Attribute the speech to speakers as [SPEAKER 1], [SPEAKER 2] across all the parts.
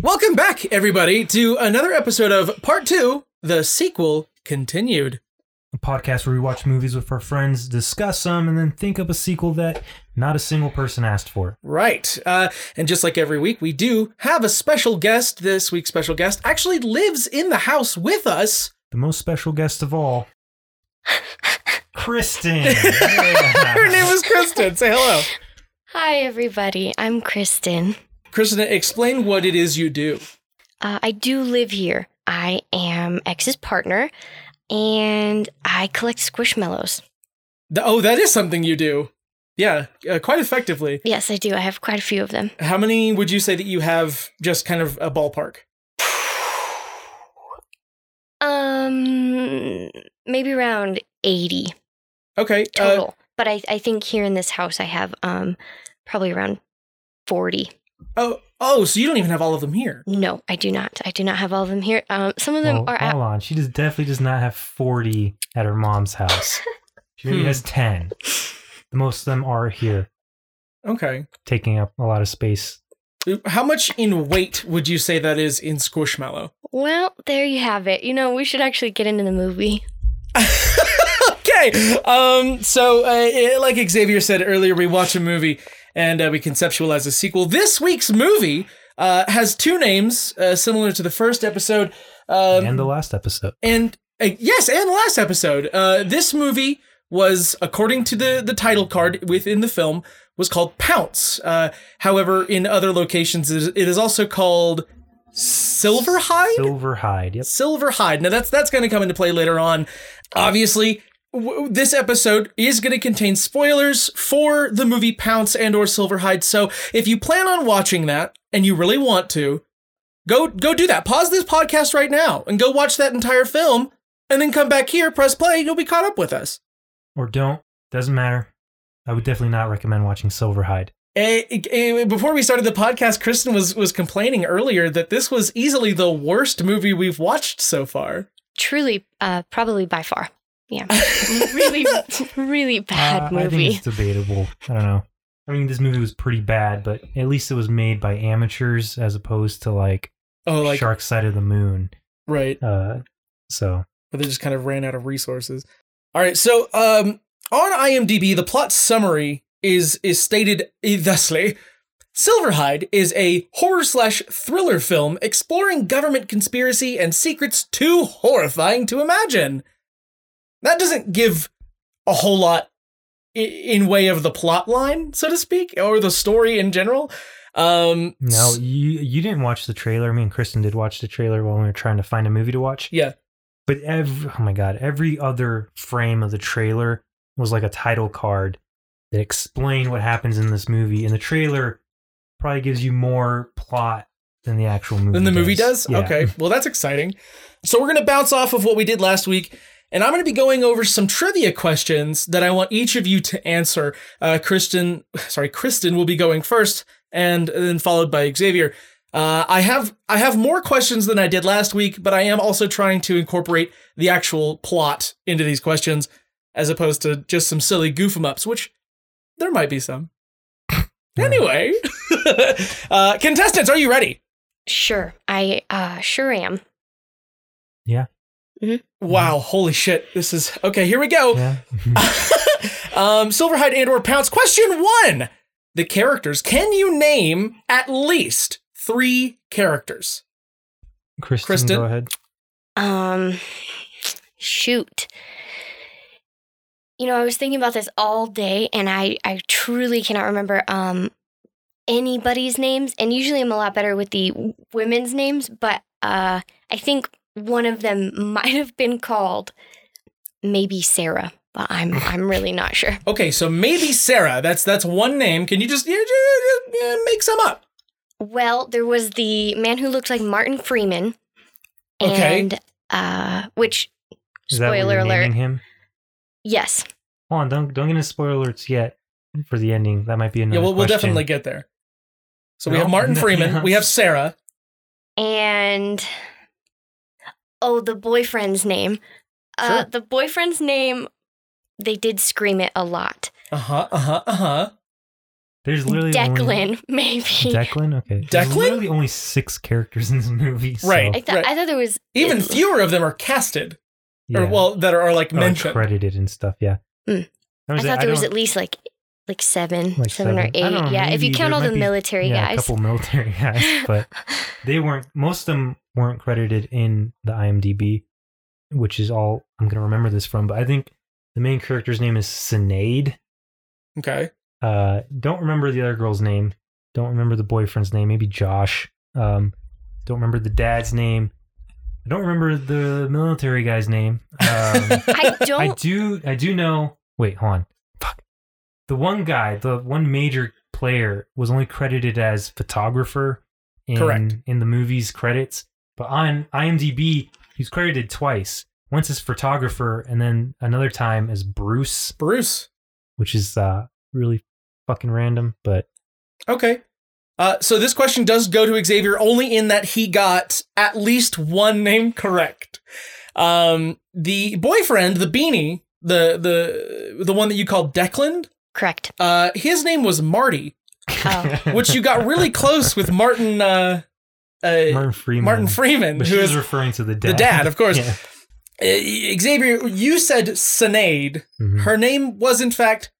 [SPEAKER 1] Welcome back, everybody, to another episode of Part Two, the sequel continued.
[SPEAKER 2] A podcast where we watch movies with our friends, discuss them, and then think up a sequel that not a single person asked for.
[SPEAKER 1] Right. Uh, and just like every week, we do have a special guest. This week's special guest actually lives in the house with us.
[SPEAKER 2] The most special guest of all, Kristen.
[SPEAKER 1] Her name is Kristen. Say hello.
[SPEAKER 3] Hi, everybody. I'm Kristen.
[SPEAKER 1] Kristen, explain what it is you do.
[SPEAKER 3] Uh, I do live here. I am X's partner, and I collect squishmallows.
[SPEAKER 1] Th- oh, that is something you do. Yeah, uh, quite effectively.
[SPEAKER 3] Yes, I do. I have quite a few of them.
[SPEAKER 1] How many would you say that you have just kind of a ballpark?
[SPEAKER 3] Um, maybe around 80
[SPEAKER 1] Okay. uh,
[SPEAKER 3] total. but I, I think here in this house, I have um probably around 40.
[SPEAKER 1] oh, oh, so you don't even have all of them here.
[SPEAKER 3] No, I do not. I do not have all of them here. Um, some of them
[SPEAKER 2] Well,
[SPEAKER 3] are at
[SPEAKER 2] hold on. She just definitely does not have 40 at her mom's house. She maybe
[SPEAKER 1] Hmm.
[SPEAKER 2] has 10. Most of them are here,
[SPEAKER 1] Okay.
[SPEAKER 2] taking up a lot of space.
[SPEAKER 1] How much in weight would you say that is in Squishmallow?
[SPEAKER 3] Well, there you have it. You know, we should actually get into the movie.
[SPEAKER 1] okay. Um. So, uh, eh, like Xavier said earlier, we watch a movie and uh, we conceptualize a sequel. This week's movie uh, has two names uh, similar to the first episode. Um,
[SPEAKER 2] and the last episode.
[SPEAKER 1] and uh, yes, and last episode, uh, this movie was, according to the the title card within the film, was called Pounce. Uh, however, in other locations, it is- it is also called Silverhide.
[SPEAKER 2] Silverhide. Yep.
[SPEAKER 1] Silverhide. Now that's that's going to come into play later on. Obviously, w- this episode is going to contain spoilers for the movie Pounce and or Silverhide. So if you plan on watching that and you really want to, go go do that. Pause this podcast right now and go watch that entire film, and then come back here, press play. You'll be caught up with us.
[SPEAKER 2] Or don't. Doesn't matter. I would definitely not recommend watching Silverhide.
[SPEAKER 1] Eh, eh, Before we started the podcast, Kristen was was complaining earlier that this was easily the worst movie we've watched so far.
[SPEAKER 3] Truly, uh, probably by far. Yeah. really, really bad
[SPEAKER 2] Uh, I think
[SPEAKER 3] movie.
[SPEAKER 2] it's debatable. I don't know. I mean, this movie was pretty bad, but at least it was made by amateurs as opposed to like,
[SPEAKER 1] Oh, like
[SPEAKER 2] Shark Side of the Moon.
[SPEAKER 1] right.
[SPEAKER 2] Uh, so
[SPEAKER 1] but they just kind of ran out of resources. All right, so um, on IMDb, the plot summary is is stated thusly: Silverhide is a horror slash thriller film exploring government conspiracy and secrets too horrifying to imagine. That doesn't give a whole lot i- in way of the plot line, so to speak, or the story in general. Um,
[SPEAKER 2] no, you you didn't watch the trailer. Me and Kristen did watch the trailer while we were trying to find a movie to watch.
[SPEAKER 1] yeah,
[SPEAKER 2] But every oh my god, every other frame of the trailer was like a title card that explained what happens in this movie. And the trailer probably gives you more plot than the actual movie.
[SPEAKER 1] than the movie does.
[SPEAKER 2] Yeah.
[SPEAKER 1] Okay, well that's exciting. So we're gonna bounce off of what we did last week, and I'm gonna be going over some trivia questions that I want each of you to answer. Uh, Kristen, sorry, Kristen will be going first, and then followed by Xavier. Uh, I have I have more questions than I did last week, but I am also trying to incorporate the actual plot into these questions, as opposed to just some silly goof 'em ups, which there might be some. Anyway, uh, contestants, are you ready?
[SPEAKER 3] Sure, I uh, sure am.
[SPEAKER 1] Wow, holy shit. This is okay, here we go.
[SPEAKER 2] Yeah.
[SPEAKER 1] um Silverhide and or Pounce. Question one. The characters. Can you name at least three characters?
[SPEAKER 2] Kristen,
[SPEAKER 1] Kristen?
[SPEAKER 2] go ahead.
[SPEAKER 3] Um, shoot. You know, I was thinking about this all day, and I I truly cannot remember um anybody's names. And usually, I'm a lot better with the w- women's names, but uh, I think one of them might have been called maybe Sarah, but I'm I'm really not sure.
[SPEAKER 1] Okay, so maybe Sarah. That's that's one name. Can you just yeah, yeah, yeah, yeah, make some up?
[SPEAKER 3] Well, there was the man who looked like Martin Freeman,
[SPEAKER 1] Okay.
[SPEAKER 3] and uh, which
[SPEAKER 2] Is that what you're
[SPEAKER 3] Spoiler alert.
[SPEAKER 2] naming Him?
[SPEAKER 3] yes,
[SPEAKER 2] Hold on, don't don't get into spoiler alerts yet for the ending. That might be another.
[SPEAKER 1] yeah, we'll, we'll
[SPEAKER 2] question.
[SPEAKER 1] definitely get there. So we
[SPEAKER 2] No,
[SPEAKER 1] have Martin
[SPEAKER 2] no,
[SPEAKER 1] Freeman.
[SPEAKER 2] yeah.
[SPEAKER 1] We have Sarah.
[SPEAKER 3] and oh the boyfriend's name uh
[SPEAKER 1] Sure.
[SPEAKER 3] the boyfriend's name they did scream it a lot
[SPEAKER 1] uh-huh, Uh huh. Uh huh. Uh huh.
[SPEAKER 2] There's literally
[SPEAKER 3] Declan,
[SPEAKER 2] Only,
[SPEAKER 3] maybe.
[SPEAKER 2] Declan. Okay. There's
[SPEAKER 1] Declan?
[SPEAKER 2] literally only six characters in this movie. so-
[SPEAKER 1] Right.
[SPEAKER 3] I thought
[SPEAKER 1] Right.
[SPEAKER 3] I thought there was
[SPEAKER 1] Even fewer of them are casted, or
[SPEAKER 2] yeah.
[SPEAKER 1] well, Eh. that are like
[SPEAKER 2] Oh,
[SPEAKER 1] mentioned.
[SPEAKER 2] credited and stuff. Yeah.
[SPEAKER 3] Hmm.
[SPEAKER 2] That
[SPEAKER 3] I
[SPEAKER 2] it.
[SPEAKER 3] thought there was
[SPEAKER 2] don't-
[SPEAKER 3] at least like like seven,
[SPEAKER 2] Like
[SPEAKER 3] seven or
[SPEAKER 2] seven. I
[SPEAKER 3] eight.
[SPEAKER 2] don't know,
[SPEAKER 3] yeah, if you
[SPEAKER 2] maybe
[SPEAKER 3] count
[SPEAKER 2] there
[SPEAKER 3] all the
[SPEAKER 2] might be-
[SPEAKER 3] military
[SPEAKER 2] yeah, a
[SPEAKER 3] guys.
[SPEAKER 2] couple military guys, but they weren't. Most of them weren't credited in the IMDb, which is all I'm going to remember this from. But I think the main character's name is Sinead.
[SPEAKER 1] Okay.
[SPEAKER 2] Uh, don't remember the other girl's name. Don't remember the boyfriend's name. Maybe Josh. Um, don't remember the dad's name. I don't remember the military guy's name. Um,
[SPEAKER 3] I
[SPEAKER 2] I
[SPEAKER 3] don't.
[SPEAKER 2] do I do know wait, hold on. Fuck. The one guy, the one major player was only credited as photographer in
[SPEAKER 1] Correct.
[SPEAKER 2] in the movie's credits, but on IMDb he's credited twice. Once as photographer and then another time as Bruce,
[SPEAKER 1] Bruce.
[SPEAKER 2] which is uh really fucking random, but
[SPEAKER 1] Okay. Uh, so this question does go to Xavier only in that he got at least one name correct. Um, the boyfriend, the beanie, the the the one that you called Declan,
[SPEAKER 3] Correct.
[SPEAKER 1] uh, his name was Marty,
[SPEAKER 3] Oh.
[SPEAKER 1] Ah. which you got really close with Martin uh, uh,
[SPEAKER 2] Martin Freeman.
[SPEAKER 1] Martin Freeman,
[SPEAKER 2] But
[SPEAKER 1] who
[SPEAKER 2] she was
[SPEAKER 1] is
[SPEAKER 2] referring to the dad.
[SPEAKER 1] the dad, of course.
[SPEAKER 2] Yeah.
[SPEAKER 1] Uh, Xavier, you said Sinead.
[SPEAKER 2] Mhm.
[SPEAKER 1] Her name was in fact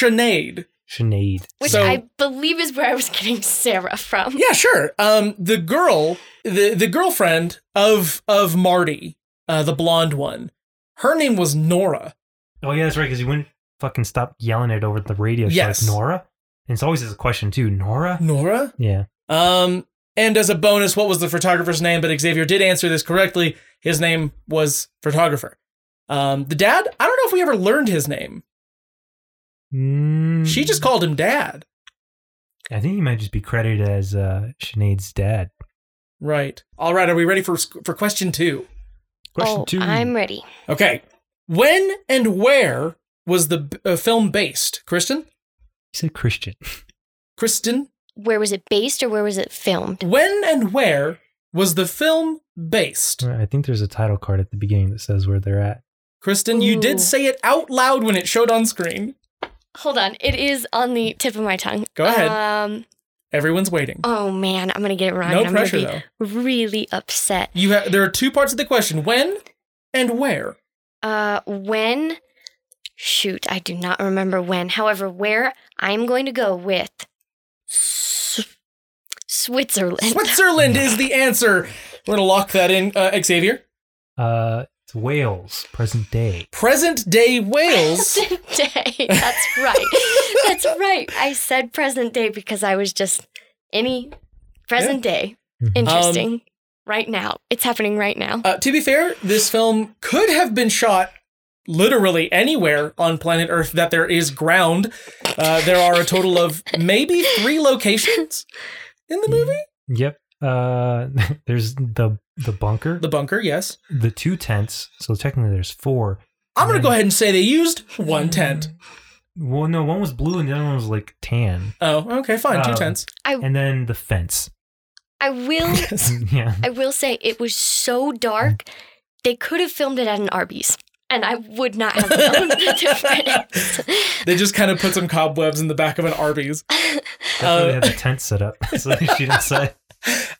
[SPEAKER 1] Sinead.
[SPEAKER 2] Sinead.
[SPEAKER 3] Which
[SPEAKER 1] So-
[SPEAKER 3] I believe is where I was getting Sarah from.
[SPEAKER 1] Yeah, sure. Um, the girl, the the girlfriend of of Marty, uh, the blonde one. Her name was Nora.
[SPEAKER 2] Oh yeah, that's right. Because you wouldn't fucking stop yelling it over the radio. She's
[SPEAKER 1] Yes.
[SPEAKER 2] like Nora, and it's always this question too. Nora.
[SPEAKER 1] Nora.
[SPEAKER 2] Yeah.
[SPEAKER 1] Um, and as a bonus, what was the photographer's name? But Xavier did answer this correctly. His name was photographer. Um, the dad. I don't know if we ever learned his name.
[SPEAKER 2] Mm,
[SPEAKER 1] She just called him dad.
[SPEAKER 2] I think he might just be credited as uh, Sinead's dad.
[SPEAKER 1] Right. All right. Are we ready for for question two?
[SPEAKER 2] Question
[SPEAKER 3] oh,
[SPEAKER 2] two.
[SPEAKER 3] I'm ready.
[SPEAKER 1] Okay. When and where was the uh, film based? Kristen.
[SPEAKER 2] He said Christian.
[SPEAKER 1] Kristen.
[SPEAKER 3] Where was it based or where was it filmed?
[SPEAKER 1] When and where was the film based?
[SPEAKER 2] I think there's a title card at the beginning that says where they're at.
[SPEAKER 1] Kristen, you
[SPEAKER 3] Ooh.
[SPEAKER 1] did say it out loud when it showed on screen.
[SPEAKER 3] Hold on, it is on the tip of my tongue.
[SPEAKER 1] Go ahead.
[SPEAKER 3] Um.
[SPEAKER 1] Everyone's waiting.
[SPEAKER 3] Oh man, I'm gonna get it wrong.
[SPEAKER 1] no
[SPEAKER 3] and I'm
[SPEAKER 1] pressure
[SPEAKER 3] gonna
[SPEAKER 1] though.
[SPEAKER 3] be really upset.
[SPEAKER 1] You ha- there are two parts of the question: when and where.
[SPEAKER 3] Uh, when? Shoot, I do not remember when. However, where I'm going to go with S- Switzerland.
[SPEAKER 1] Switzerland is the answer. We're gonna lock that in, uh, Xavier.
[SPEAKER 2] Uh, it's Wales, present day.
[SPEAKER 1] Present day Wales.
[SPEAKER 3] Present day. That's right. That's right. I said present day because I was just any present day.
[SPEAKER 2] Mhm.
[SPEAKER 1] Mm-hmm. Um,
[SPEAKER 3] Interesting. right now. It's happening right now.
[SPEAKER 1] Uh, to be fair, this film could have been shot literally anywhere on planet Earth that there is ground. Uh, there are a total of maybe three locations in the movie.
[SPEAKER 2] Yep. Uh, there's the the bunker,
[SPEAKER 1] The
[SPEAKER 2] the,
[SPEAKER 1] bunker, yes.
[SPEAKER 2] two tents. So technically, there's four.
[SPEAKER 1] I'm going to go ahead and say they used one tent.
[SPEAKER 2] Well, no, one was blue and the other one was like tan,
[SPEAKER 1] Oh, okay, fine. Two
[SPEAKER 2] Um,
[SPEAKER 1] tents.
[SPEAKER 2] and then the fence.
[SPEAKER 3] I will
[SPEAKER 2] yeah.
[SPEAKER 3] I will say it was so dark they could have filmed it at an Arby's. And I would not have known the difference.
[SPEAKER 1] They just kind of put some cobwebs in the back of an Arby's.
[SPEAKER 2] That's why
[SPEAKER 1] Uh,
[SPEAKER 2] they had the tent set up so they shoot outside.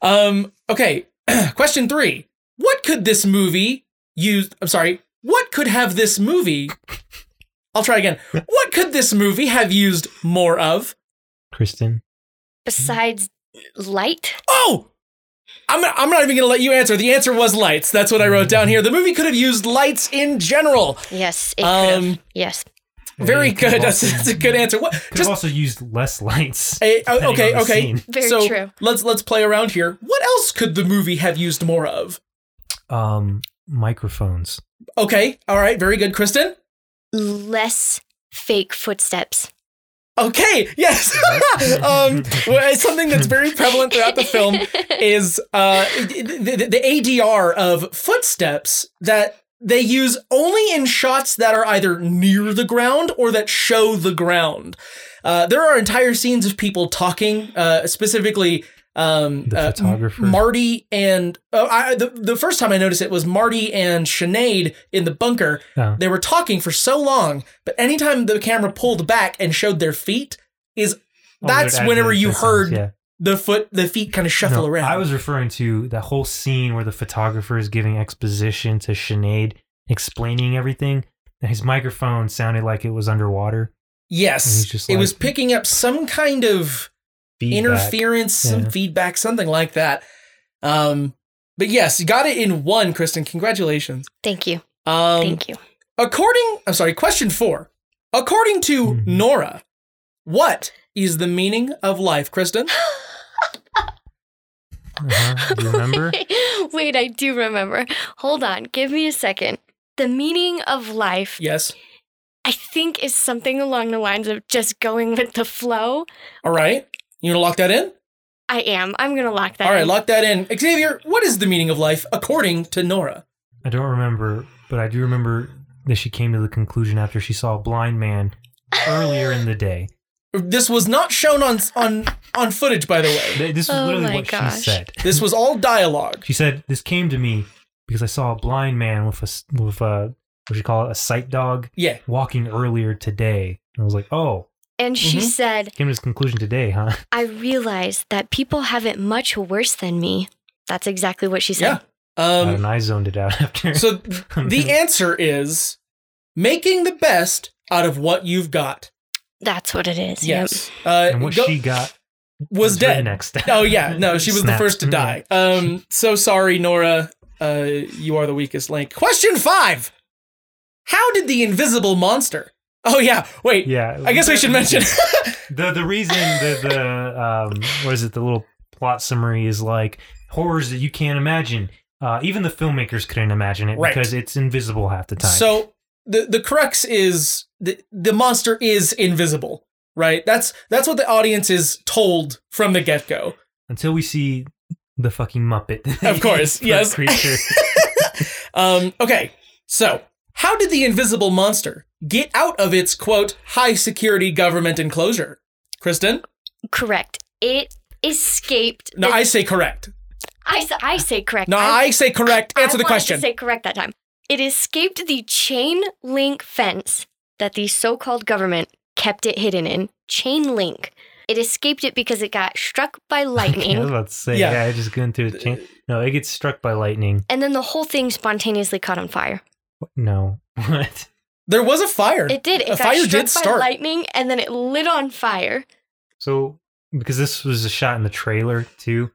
[SPEAKER 1] Um, okay, question three. What could this movie use? I'm sorry. What could have this movie? I'll try again. What could this movie have used more of?
[SPEAKER 2] Kristen,
[SPEAKER 3] Besides light,
[SPEAKER 1] Oh, I'm not, I'm not even going to let you answer. The answer was lights. That's what I wrote down here. The movie could have used lights in general.
[SPEAKER 3] yes, it could have.
[SPEAKER 1] Um,
[SPEAKER 3] Yes.
[SPEAKER 1] Very
[SPEAKER 2] Could have
[SPEAKER 1] good. That's,
[SPEAKER 2] also-
[SPEAKER 1] that's a good answer. What?
[SPEAKER 2] Could have
[SPEAKER 1] Just
[SPEAKER 2] also used less lights.
[SPEAKER 1] eh, oh,
[SPEAKER 2] depending
[SPEAKER 1] okay.
[SPEAKER 2] on the
[SPEAKER 1] Okay.
[SPEAKER 2] scene.
[SPEAKER 3] Very
[SPEAKER 1] so
[SPEAKER 3] true.
[SPEAKER 1] let's let's play around here. What else could the movie have used more of?
[SPEAKER 2] Um, microphones.
[SPEAKER 1] Okay, all right, very good, Kristen.
[SPEAKER 3] Less fake footsteps.
[SPEAKER 1] Okay, yes. um, well, it's something that's very prevalent throughout the film is uh, the, the- the ADR of footsteps that they use only in shots that are either near the ground or that show the ground. Uh, there are entire scenes of people talking, uh, specifically um,
[SPEAKER 2] The
[SPEAKER 1] uh,
[SPEAKER 2] photographer.
[SPEAKER 1] Marty and oh, I, the the first time I noticed it was Marty and Sinead in the bunker.
[SPEAKER 2] Oh.
[SPEAKER 1] They were talking for so long, but anytime the camera pulled back and showed their feet is
[SPEAKER 2] Oh,
[SPEAKER 1] That's
[SPEAKER 2] it adds
[SPEAKER 1] whenever
[SPEAKER 2] those
[SPEAKER 1] you
[SPEAKER 2] sounds,
[SPEAKER 1] heard
[SPEAKER 2] yeah.
[SPEAKER 1] the foot, the feet kind of shuffle
[SPEAKER 2] No,
[SPEAKER 1] around.
[SPEAKER 2] I was referring to that whole scene where the photographer is giving exposition to Sinead, explaining everything. And his microphone sounded like it was underwater. and
[SPEAKER 1] yes,
[SPEAKER 2] he's just
[SPEAKER 1] it was
[SPEAKER 2] like-
[SPEAKER 1] picking up some kind of
[SPEAKER 2] Feedback.
[SPEAKER 1] interference, some
[SPEAKER 2] Yeah.
[SPEAKER 1] feedback, something like that. Um, but yes, you got it in one, Kristen. Congratulations.
[SPEAKER 3] Thank you.
[SPEAKER 1] Um,
[SPEAKER 3] Thank you.
[SPEAKER 1] According, I'm sorry, question four. According to
[SPEAKER 2] Mhm.
[SPEAKER 1] Nora, what is the meaning of life, Kristen?
[SPEAKER 2] Uh-huh. Do you remember?
[SPEAKER 3] Wait, I do remember. Hold on. Give me a second. The meaning of life,
[SPEAKER 1] Yes.
[SPEAKER 3] I think, is something along the lines of just going with the flow.
[SPEAKER 1] All right. You gonna lock that in?
[SPEAKER 3] I am. I'm going to lock that
[SPEAKER 1] All right,
[SPEAKER 3] in.
[SPEAKER 1] lock that in. Xavier, what is the meaning of life according to Nora?
[SPEAKER 2] I don't remember, but I do remember that she came to the conclusion after she saw a blind man earlier in the day.
[SPEAKER 1] This was not shown on on on footage, by the way.
[SPEAKER 2] Th- This was
[SPEAKER 3] Oh
[SPEAKER 2] literally
[SPEAKER 3] my
[SPEAKER 2] what she
[SPEAKER 3] gosh.
[SPEAKER 2] said.
[SPEAKER 1] This was all dialogue.
[SPEAKER 2] She said, "This came to me because I saw a blind man with a s- with a what do you call it a sight dog
[SPEAKER 1] Yeah.
[SPEAKER 2] walking earlier today." And I was like, "Oh,
[SPEAKER 3] and she
[SPEAKER 1] Mhm.
[SPEAKER 3] said,
[SPEAKER 2] came to this conclusion today, huh?"
[SPEAKER 3] I realized that people have it much worse than me. That's exactly what she
[SPEAKER 1] Yeah.
[SPEAKER 3] said.
[SPEAKER 2] God, and
[SPEAKER 1] Um,
[SPEAKER 2] I zoned it out after.
[SPEAKER 1] so the answer is making the best out of what you've got.
[SPEAKER 3] That's what it is. Yep.
[SPEAKER 1] Yes. Uh,
[SPEAKER 2] and what
[SPEAKER 1] go-
[SPEAKER 2] she got
[SPEAKER 1] was
[SPEAKER 2] her
[SPEAKER 1] dead.
[SPEAKER 2] next.
[SPEAKER 1] Oh yeah, no, she was the
[SPEAKER 2] Snapped. Mm.
[SPEAKER 1] first to die. Um, so sorry, Nora. Uh, you are the weakest link. Question five: How did the invisible monster? Oh yeah, wait.
[SPEAKER 2] Mm-hmm. Yeah,
[SPEAKER 1] I guess I should mention.
[SPEAKER 2] the the reason the the um what is it the little plot summary is like horrors that you can't imagine. Uh, even the filmmakers couldn't imagine it
[SPEAKER 1] Right.
[SPEAKER 2] because it's invisible half the time.
[SPEAKER 1] so the the crux is the the monster is invisible, right? That's that's what the audience is told from the get go.
[SPEAKER 2] until we see the fucking Muppet,
[SPEAKER 1] Of course,
[SPEAKER 2] For
[SPEAKER 1] yes.
[SPEAKER 2] creature.
[SPEAKER 1] Um, okay, so how did the invisible monster get out of its quote high security government enclosure? Kristen,
[SPEAKER 3] Correct. It escaped.
[SPEAKER 1] no,
[SPEAKER 3] the-
[SPEAKER 1] I say correct.
[SPEAKER 3] I, s- I say correct.
[SPEAKER 1] No,
[SPEAKER 3] I'm
[SPEAKER 1] I say correct. Answer the
[SPEAKER 3] I wanted
[SPEAKER 1] question.
[SPEAKER 3] To say correct that time. It escaped the chain link fence that the so-called government kept it hidden in. Chain link. It escaped it because it got struck by
[SPEAKER 2] I was
[SPEAKER 3] lightning,
[SPEAKER 2] about to say,
[SPEAKER 1] Yeah.
[SPEAKER 2] yeah, I just going through a chain. No, it gets struck by lightning.
[SPEAKER 3] and then the whole thing spontaneously caught on fire.
[SPEAKER 2] What? No, what?
[SPEAKER 1] there was a fire.
[SPEAKER 3] It did. It
[SPEAKER 1] A
[SPEAKER 3] got
[SPEAKER 1] fire
[SPEAKER 3] struck
[SPEAKER 1] did
[SPEAKER 3] by
[SPEAKER 1] start.
[SPEAKER 3] lightning, and then it lit on fire.
[SPEAKER 2] So because this was a shot in the trailer too.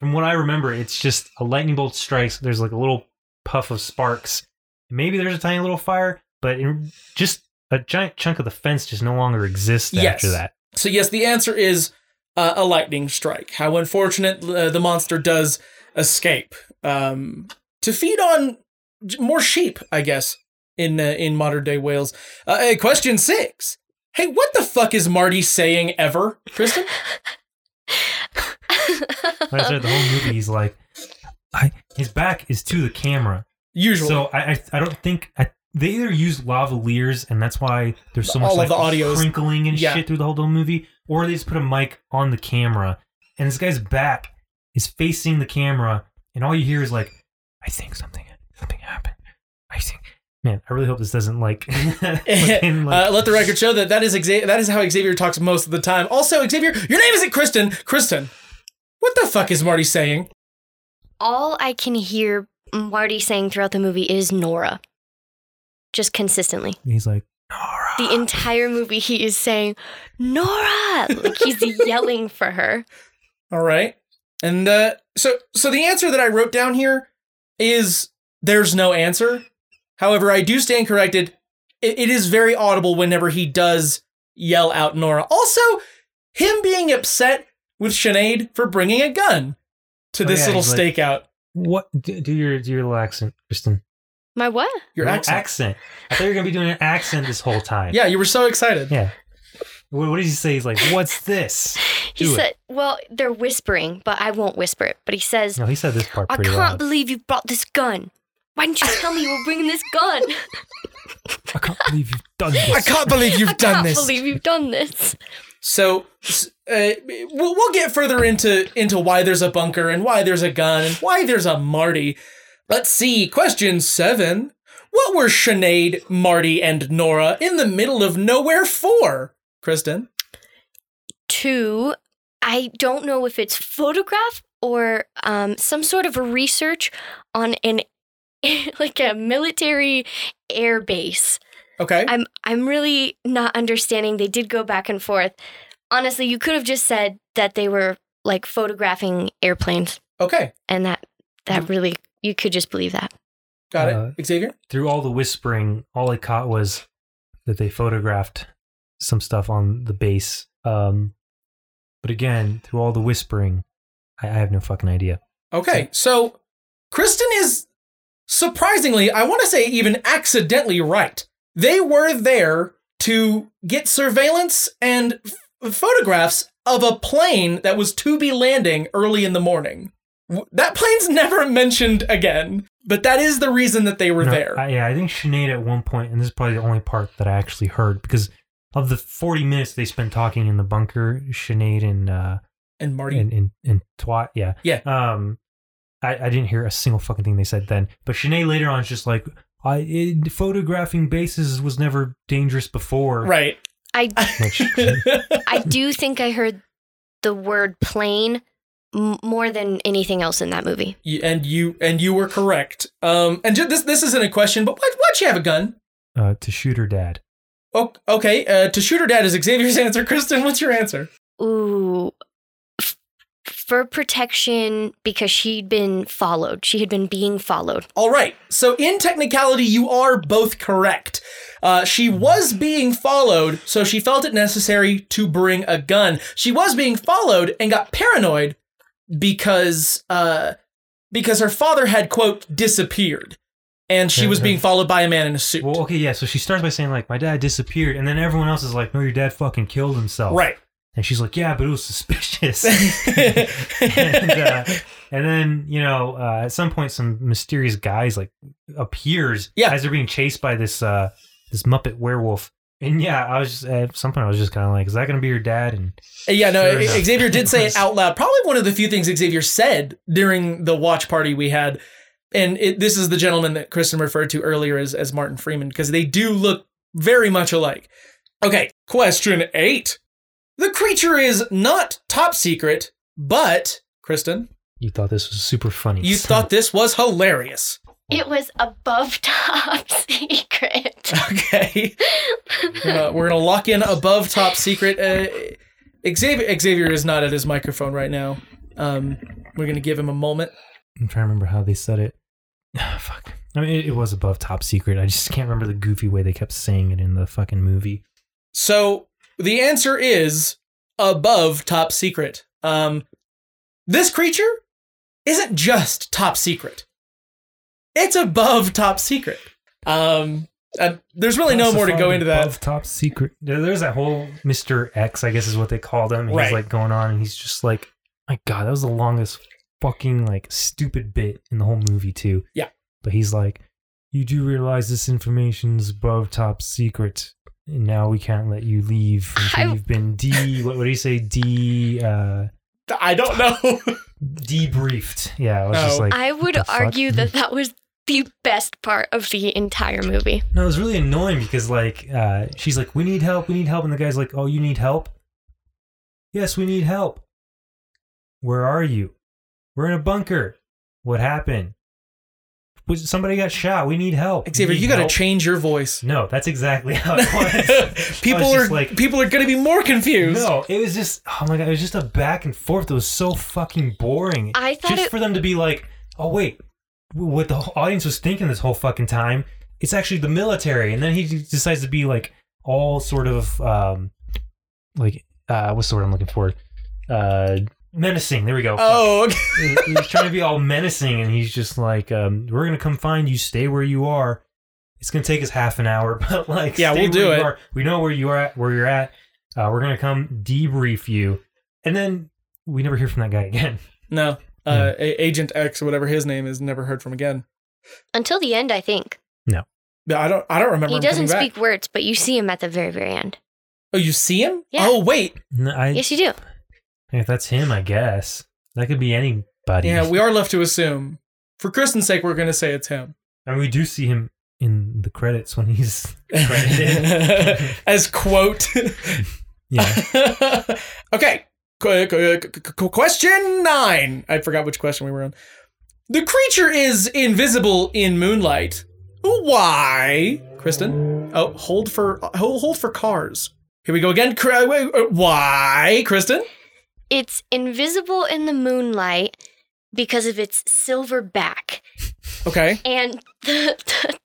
[SPEAKER 2] From what I remember, it's just a lightning bolt strikes. There's like a little puff of sparks. Maybe there's a tiny little fire, but it, just a giant chunk of the fence just no longer exists
[SPEAKER 1] Yes.
[SPEAKER 2] after that.
[SPEAKER 1] So yes, the answer is uh, a lightning strike. How unfortunate uh, the monster does escape um, to feed on j- more sheep, I guess. In uh, in modern day Wales. Uh, hey, question six. Hey, what the fuck is Marty saying ever, Kristen?
[SPEAKER 2] That's right. The whole movie, he's like, I, his back is to the camera.
[SPEAKER 1] Usually, Uh,
[SPEAKER 2] So I, I, I don't think I, they either use lavaliers and that's why there's so much
[SPEAKER 1] All of
[SPEAKER 2] like
[SPEAKER 1] the audios.
[SPEAKER 2] crinkling and
[SPEAKER 1] Yeah.
[SPEAKER 2] shit through the whole damn movie, or they just put a mic on the camera and this guy's back is facing the camera and all you hear is like, I think something something happened. I think man, I really hope this doesn't like, fucking, like-
[SPEAKER 1] uh, let the record show that that is Xa- that is how Xavier talks most of the time. Also, Xavier, your name isn't Kristen. Kristen, what the fuck is Marty saying?
[SPEAKER 3] All I can hear Marty saying throughout the movie is Nora, just consistently.
[SPEAKER 2] he's like Nora.
[SPEAKER 3] the entire movie he is saying nora like he's yelling for her
[SPEAKER 1] All right. And uh, so so the answer that I wrote down here is there's no answer. However, I do stand corrected. It, it is very audible whenever he does yell out Nora. Also, him being upset with Sinead for bringing a gun to
[SPEAKER 2] Oh,
[SPEAKER 1] this
[SPEAKER 2] yeah,
[SPEAKER 1] little
[SPEAKER 2] he's like-
[SPEAKER 1] stakeout.
[SPEAKER 2] What do, do your do your little accent, Kristen?
[SPEAKER 3] my what
[SPEAKER 1] Your
[SPEAKER 2] Little
[SPEAKER 1] accent.
[SPEAKER 2] accent. I thought you were gonna be doing an accent this whole time.
[SPEAKER 1] Yeah, you were so excited.
[SPEAKER 2] Yeah. What, what did he say? He's like, "What's this?"
[SPEAKER 3] he
[SPEAKER 2] Do it.
[SPEAKER 3] said well they're whispering but i won't whisper it but he says
[SPEAKER 2] No, he said this part
[SPEAKER 3] i
[SPEAKER 2] pretty
[SPEAKER 3] can't
[SPEAKER 2] loud.
[SPEAKER 3] believe you brought this gun why didn't you tell me you were bringing this gun
[SPEAKER 2] I can't believe you've done
[SPEAKER 1] I
[SPEAKER 2] this.
[SPEAKER 1] can't believe you've
[SPEAKER 3] i
[SPEAKER 1] done
[SPEAKER 3] can't
[SPEAKER 1] this.
[SPEAKER 3] believe you've done this
[SPEAKER 1] So s- uh, we'll, we'll get further into into why there's a bunker and why there's a gun and why there's a Marty. Let's see. Question seven: What were Sinead, Marty, and Nora in the middle of nowhere for? Kristen,
[SPEAKER 3] to, I don't know if it's photograph or um, some sort of research on an like a military air base.
[SPEAKER 1] Okay.
[SPEAKER 3] I'm I'm really not understanding. They did go back and forth. Honestly, you could have just said that they were like photographing airplanes,
[SPEAKER 1] okay.
[SPEAKER 3] and that that really you could just believe that.
[SPEAKER 1] Got
[SPEAKER 2] Uh,
[SPEAKER 1] it. Xavier?
[SPEAKER 2] Through all the whispering, all I caught was that they photographed some stuff on the base. Um, but again, through all the whispering, I, I have no fucking idea.
[SPEAKER 1] Okay, so Kristen is surprisingly, I want to say even accidentally right. They were there to get surveillance and f- photographs of a plane that was to be landing early in the morning. W- That plane's never mentioned again, but that is the reason that they were
[SPEAKER 2] No,
[SPEAKER 1] there.
[SPEAKER 2] I, yeah, I think Sinead at one point, and this is probably the only part that I actually heard because of the 40 minutes they spent talking in the bunker, Sinead and uh,
[SPEAKER 1] and Marty,
[SPEAKER 2] and, and, and twat, yeah,
[SPEAKER 1] Yeah.
[SPEAKER 2] Um, I, I didn't hear a single fucking thing they said then. But Sinead later on is just like, I it, photographing bases was never dangerous before,
[SPEAKER 1] right?
[SPEAKER 3] I
[SPEAKER 2] Which,
[SPEAKER 3] I do think I heard the word plane m- more than anything else in that movie.
[SPEAKER 1] You- and you and you were correct. Um, and ju- this this isn't a question, but why why'd she have a gun?
[SPEAKER 2] uh, to shoot her dad.
[SPEAKER 1] O- Okay, uh, to shoot her dad is Xavier's answer. Kristen, what's your answer?
[SPEAKER 3] Ooh. F- For protection, because she'd been followed. She had been being followed.
[SPEAKER 1] All right. So in technicality, you are both correct. Uh, she was being followed, so she felt it necessary to bring a gun. She was being followed and got paranoid because uh, because her father had quote disappeared, and she was
[SPEAKER 2] Mhm.
[SPEAKER 1] being followed by a man in a suit.
[SPEAKER 2] Well, okay, yeah. So she starts by saying like, my dad disappeared, and then everyone else is like, no, your dad fucking killed himself,
[SPEAKER 1] right.
[SPEAKER 2] And she's like, yeah, but it was suspicious. and, uh, and then you know uh, at some point some mysterious guys like appears
[SPEAKER 1] Yeah.
[SPEAKER 2] as they're being chased by this uh this muppet werewolf and yeah i was just at some point i was just kind of like is that gonna be your dad and
[SPEAKER 1] Yeah, no, E,
[SPEAKER 2] Sure enough.
[SPEAKER 1] Xavier did say it out loud. Probably one of the few things Xavier said during the watch party we had. And it, this is the gentleman that Kristen referred to earlier as, as Martin Freeman, because they do look very much alike. Okay, question eight. The creature is not top secret, but, Kristen,
[SPEAKER 2] you thought this was super funny
[SPEAKER 1] you thought this was hilarious.
[SPEAKER 3] It was above top secret.
[SPEAKER 1] Okay. Uh, we're going to lock in above top secret. Uh, Xavier, Xavier is not at his microphone right now. Um, we're going to give him a moment.
[SPEAKER 2] i'm trying to remember how they said it fuck i mean it, it was above top secret i just can't remember the goofy way they kept saying it in the fucking movie
[SPEAKER 1] So the answer is above top secret. Um, this creature isn't just top secret; it's above top secret. Um, uh, there's really no more to go
[SPEAKER 2] Classified
[SPEAKER 1] into that.
[SPEAKER 2] above top secret There- there's that whole mr x i guess is what they called him he's
[SPEAKER 1] Right.
[SPEAKER 2] like going on and he's just like my god that was the longest fucking like stupid bit in the whole movie too
[SPEAKER 1] Yeah.
[SPEAKER 2] but he's like you do realize this information's above top secret and now we can't let you leave until
[SPEAKER 3] I-
[SPEAKER 2] you've been d what, what do you say d uh
[SPEAKER 1] I don't know.
[SPEAKER 2] debriefed yeah i was just
[SPEAKER 1] Oh.
[SPEAKER 2] like
[SPEAKER 3] I would
[SPEAKER 2] what the fuck?
[SPEAKER 3] argue that that was the best part of the entire movie.
[SPEAKER 2] No, it was really annoying because like uh, she's like, "We need help, we need help," and the guy's like, "Oh, you need help? Yes, we need help. Where are you? We're in a bunker. What happened? Was somebody got shot? We need help."
[SPEAKER 1] Xavier,
[SPEAKER 2] need
[SPEAKER 1] you got to
[SPEAKER 2] help."
[SPEAKER 1] change your voice.
[SPEAKER 2] No, that's exactly how it was.
[SPEAKER 1] people
[SPEAKER 2] I was
[SPEAKER 1] are
[SPEAKER 2] just like-
[SPEAKER 1] people are going to be more confused.
[SPEAKER 2] no, it was just oh my god, it was just a back and forth that was so fucking boring.
[SPEAKER 3] I thought
[SPEAKER 2] just
[SPEAKER 3] it-
[SPEAKER 2] for them to be like, "Oh wait, what the whole audience was thinking this whole fucking time? It's actually the military." And then he decides to be like all sort of um, like uh, what's the word I'm looking for? Uh, menacing. There we go.
[SPEAKER 1] Oh, okay.
[SPEAKER 2] He- he's trying to be all menacing, and he's just like, um, "We're gonna come find you. Stay where you are. It's gonna take us half an hour, but like,
[SPEAKER 1] Yeah,
[SPEAKER 2] stay
[SPEAKER 1] we'll do
[SPEAKER 2] where you
[SPEAKER 1] it.
[SPEAKER 2] are. We know where you are at. Where you're at. Uh, we're gonna come debrief you, and then we never hear from that guy again.
[SPEAKER 1] no. Uh, A- Agent X or whatever his name is never heard from again.
[SPEAKER 3] Until the end, I think.
[SPEAKER 1] No, I don't. I don't remember.
[SPEAKER 3] He
[SPEAKER 1] him coming
[SPEAKER 3] doesn't
[SPEAKER 1] back.
[SPEAKER 3] speak words, but you see him at the very, very end.
[SPEAKER 1] Oh, you see him?
[SPEAKER 3] Yeah.
[SPEAKER 1] Oh, wait.
[SPEAKER 2] No, I,
[SPEAKER 3] Yes, you do.
[SPEAKER 2] if that's him, I guess that could be anybody.
[SPEAKER 1] Yeah, we are left to assume. For Kristen's sake, we're going to say it's him.
[SPEAKER 2] I mean, we do see him in the credits when he's credited.
[SPEAKER 1] As quote.
[SPEAKER 2] Yeah.
[SPEAKER 1] okay. Qu- qu- qu- qu- Question nine. I forgot which question we were on. The creature is invisible in moonlight. Why, Kristen? Oh, hold for ho- hold for cars. Here we go again. Cr- uh, wait, uh, Why, Kristen?
[SPEAKER 3] It's invisible in the moonlight because of its silver back.
[SPEAKER 1] Okay.
[SPEAKER 3] And the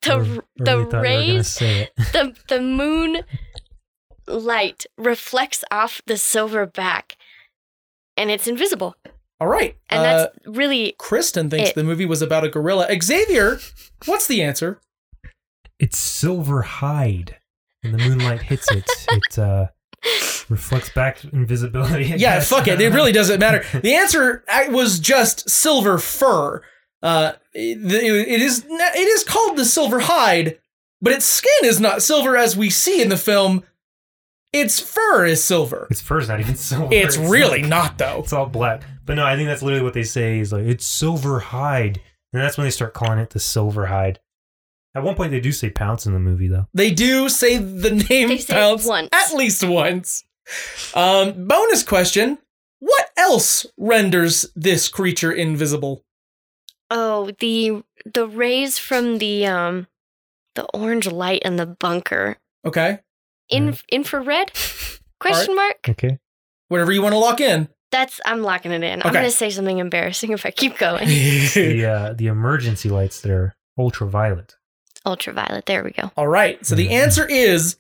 [SPEAKER 3] the,
[SPEAKER 2] I
[SPEAKER 3] the,
[SPEAKER 2] really
[SPEAKER 3] the
[SPEAKER 2] thought you were gonna
[SPEAKER 3] rays
[SPEAKER 2] say it.
[SPEAKER 3] the the moon light reflects off the silver back and it's invisible.
[SPEAKER 1] All right.
[SPEAKER 3] And
[SPEAKER 1] Uh,
[SPEAKER 3] that's really
[SPEAKER 1] Kristen thinks
[SPEAKER 3] it.
[SPEAKER 1] the movie was about a gorilla. Xavier, what's the answer?
[SPEAKER 2] It's silver hide. When the moonlight hits it, it uh, reflects back invisibility. I
[SPEAKER 1] Yeah,
[SPEAKER 2] guess.
[SPEAKER 1] fuck it. It really doesn't matter. The answer I- was just silver fur. Uh, it it is it is called the silver hide, but its skin is not silver as we see in the film. Its fur is silver.
[SPEAKER 2] Its fur's not even silver.
[SPEAKER 1] It's really
[SPEAKER 2] like-
[SPEAKER 1] not though.
[SPEAKER 2] It's all black. But no, I think that's literally what they say is like it's silver hide. And that's when they start calling it the silver hide. At one point they do say pounce in the movie though.
[SPEAKER 1] They do say the name
[SPEAKER 3] They say it
[SPEAKER 1] Bounce
[SPEAKER 3] once.
[SPEAKER 1] at least once. Um, bonus question: What else renders this creature invisible?
[SPEAKER 3] oh the the rays from the um the orange light in the bunker.
[SPEAKER 1] Okay,
[SPEAKER 2] Mm-hmm.
[SPEAKER 3] In infrared? Question mark?
[SPEAKER 2] Okay.
[SPEAKER 1] whatever you want to lock in.
[SPEAKER 3] That's I'm locking it in. I'm
[SPEAKER 1] Okay.
[SPEAKER 3] gonna say something embarrassing if I keep going.
[SPEAKER 2] The uh, the emergency lights that are ultraviolet.
[SPEAKER 3] Ultraviolet. There we go.
[SPEAKER 1] All right. So the
[SPEAKER 2] Mhm.
[SPEAKER 1] answer is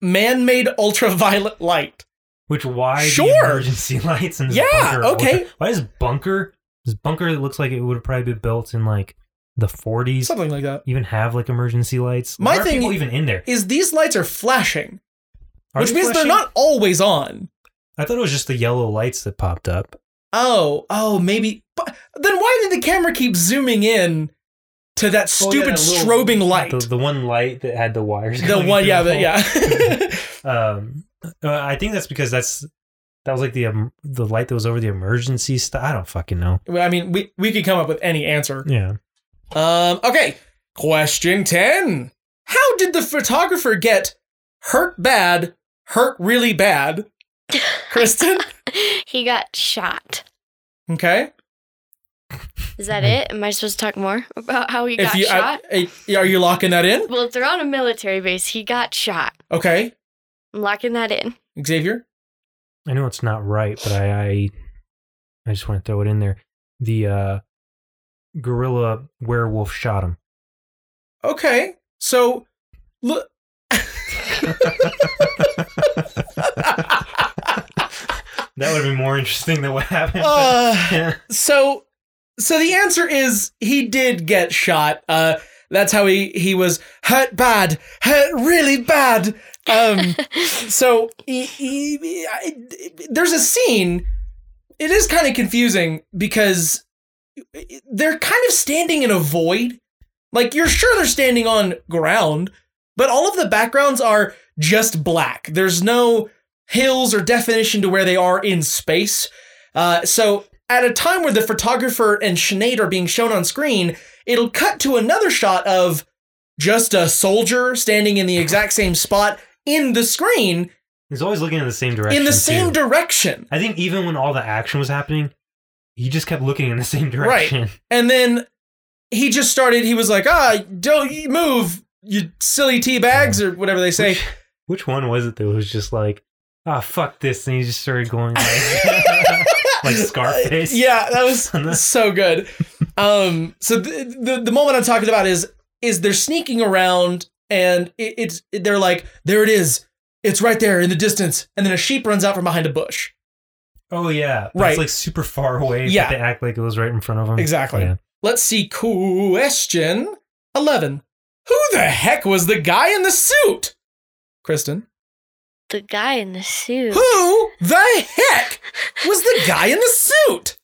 [SPEAKER 1] man-made ultraviolet light.
[SPEAKER 2] Which why
[SPEAKER 1] Sure.
[SPEAKER 2] the emergency lights and this
[SPEAKER 1] Yeah,
[SPEAKER 2] bunker are
[SPEAKER 1] okay.
[SPEAKER 2] ultra- why is bunker this bunker that looks like it would have probably been built in like the forties
[SPEAKER 1] Something like that.
[SPEAKER 2] even have like emergency lights?
[SPEAKER 1] My
[SPEAKER 2] why are
[SPEAKER 1] thing-
[SPEAKER 2] people even in there?
[SPEAKER 1] Is these lights are flashing,
[SPEAKER 2] Are
[SPEAKER 1] which
[SPEAKER 2] they
[SPEAKER 1] means
[SPEAKER 2] flashing?
[SPEAKER 1] they're not always on.
[SPEAKER 2] I thought it was just the yellow lights that popped up.
[SPEAKER 1] Oh, oh, maybe. But then why did the camera keep zooming in to that
[SPEAKER 2] Oh, yeah,
[SPEAKER 1] stupid
[SPEAKER 2] that little-
[SPEAKER 1] strobing light?
[SPEAKER 2] The, the one light that had the wires.
[SPEAKER 1] The
[SPEAKER 2] going
[SPEAKER 1] one,
[SPEAKER 2] through
[SPEAKER 1] yeah,
[SPEAKER 2] the
[SPEAKER 1] but yeah.
[SPEAKER 2] hole. Um, uh, I think that's because that's that was like the um, the light that was over the emergency stuff. I don't fucking know.
[SPEAKER 1] Well, I mean, we we could come up with any answer.
[SPEAKER 2] Yeah,
[SPEAKER 1] Um, okay. Question ten: How did the photographer get hurt bad, hurt really bad? Kristen.
[SPEAKER 3] he got shot.
[SPEAKER 1] Okay.
[SPEAKER 3] Is that it? Am I supposed to talk more about how he got
[SPEAKER 1] Hmm. you I-
[SPEAKER 3] shot?
[SPEAKER 1] I- are you locking that in?
[SPEAKER 3] well, they're on a military base. He got shot.
[SPEAKER 1] Okay,
[SPEAKER 3] I'm locking that in.
[SPEAKER 1] Xavier.
[SPEAKER 2] I know it's not right, but I I, I just want to throw it in there. The uh, gorilla werewolf shot him.
[SPEAKER 1] Okay, so look.
[SPEAKER 2] That would have been more interesting than what happened.
[SPEAKER 1] Uh,
[SPEAKER 2] Yeah.
[SPEAKER 1] so so the answer is he did get shot. Uh, that's how he he was hurt bad, hurt really bad. Um. so he- he- he- I- there's a scene it is kind of confusing because they're kind of standing in a void like you're sure they're standing on ground but all of the backgrounds are just black there's no hills or definition to where they are in space uh, so at a time where the photographer and Sinead are being shown on screen it'll cut to another shot of just a soldier standing in the exact same spot in the screen
[SPEAKER 2] He's always looking in the same direction.
[SPEAKER 1] in the same
[SPEAKER 2] too.
[SPEAKER 1] direction.
[SPEAKER 2] I think even when all the action was happening, he just kept looking in the same direction.
[SPEAKER 1] And then he just started, he was like, ah, don't you move, you silly tea bags, or whatever they say.
[SPEAKER 2] Which, which one was it that was just like, ah, fuck this, and he just started going like, like Scarface.
[SPEAKER 1] yeah, that was so good. Um, so the, the the moment I'm talking about is is they're sneaking around and it, it's they're like, there it is, it's right there in the distance, and then a sheep runs out from behind a bush.
[SPEAKER 2] Oh yeah, But
[SPEAKER 1] Right.
[SPEAKER 2] It's like super far away.
[SPEAKER 1] Yeah.
[SPEAKER 2] Yeah, but they act like it was right in front of him.
[SPEAKER 1] Exactly.
[SPEAKER 2] Yeah.
[SPEAKER 1] Let's see. Question 11. Who the heck was the guy in the suit? Kristen.
[SPEAKER 3] the guy in the suit.
[SPEAKER 1] Who the heck was the guy in the suit?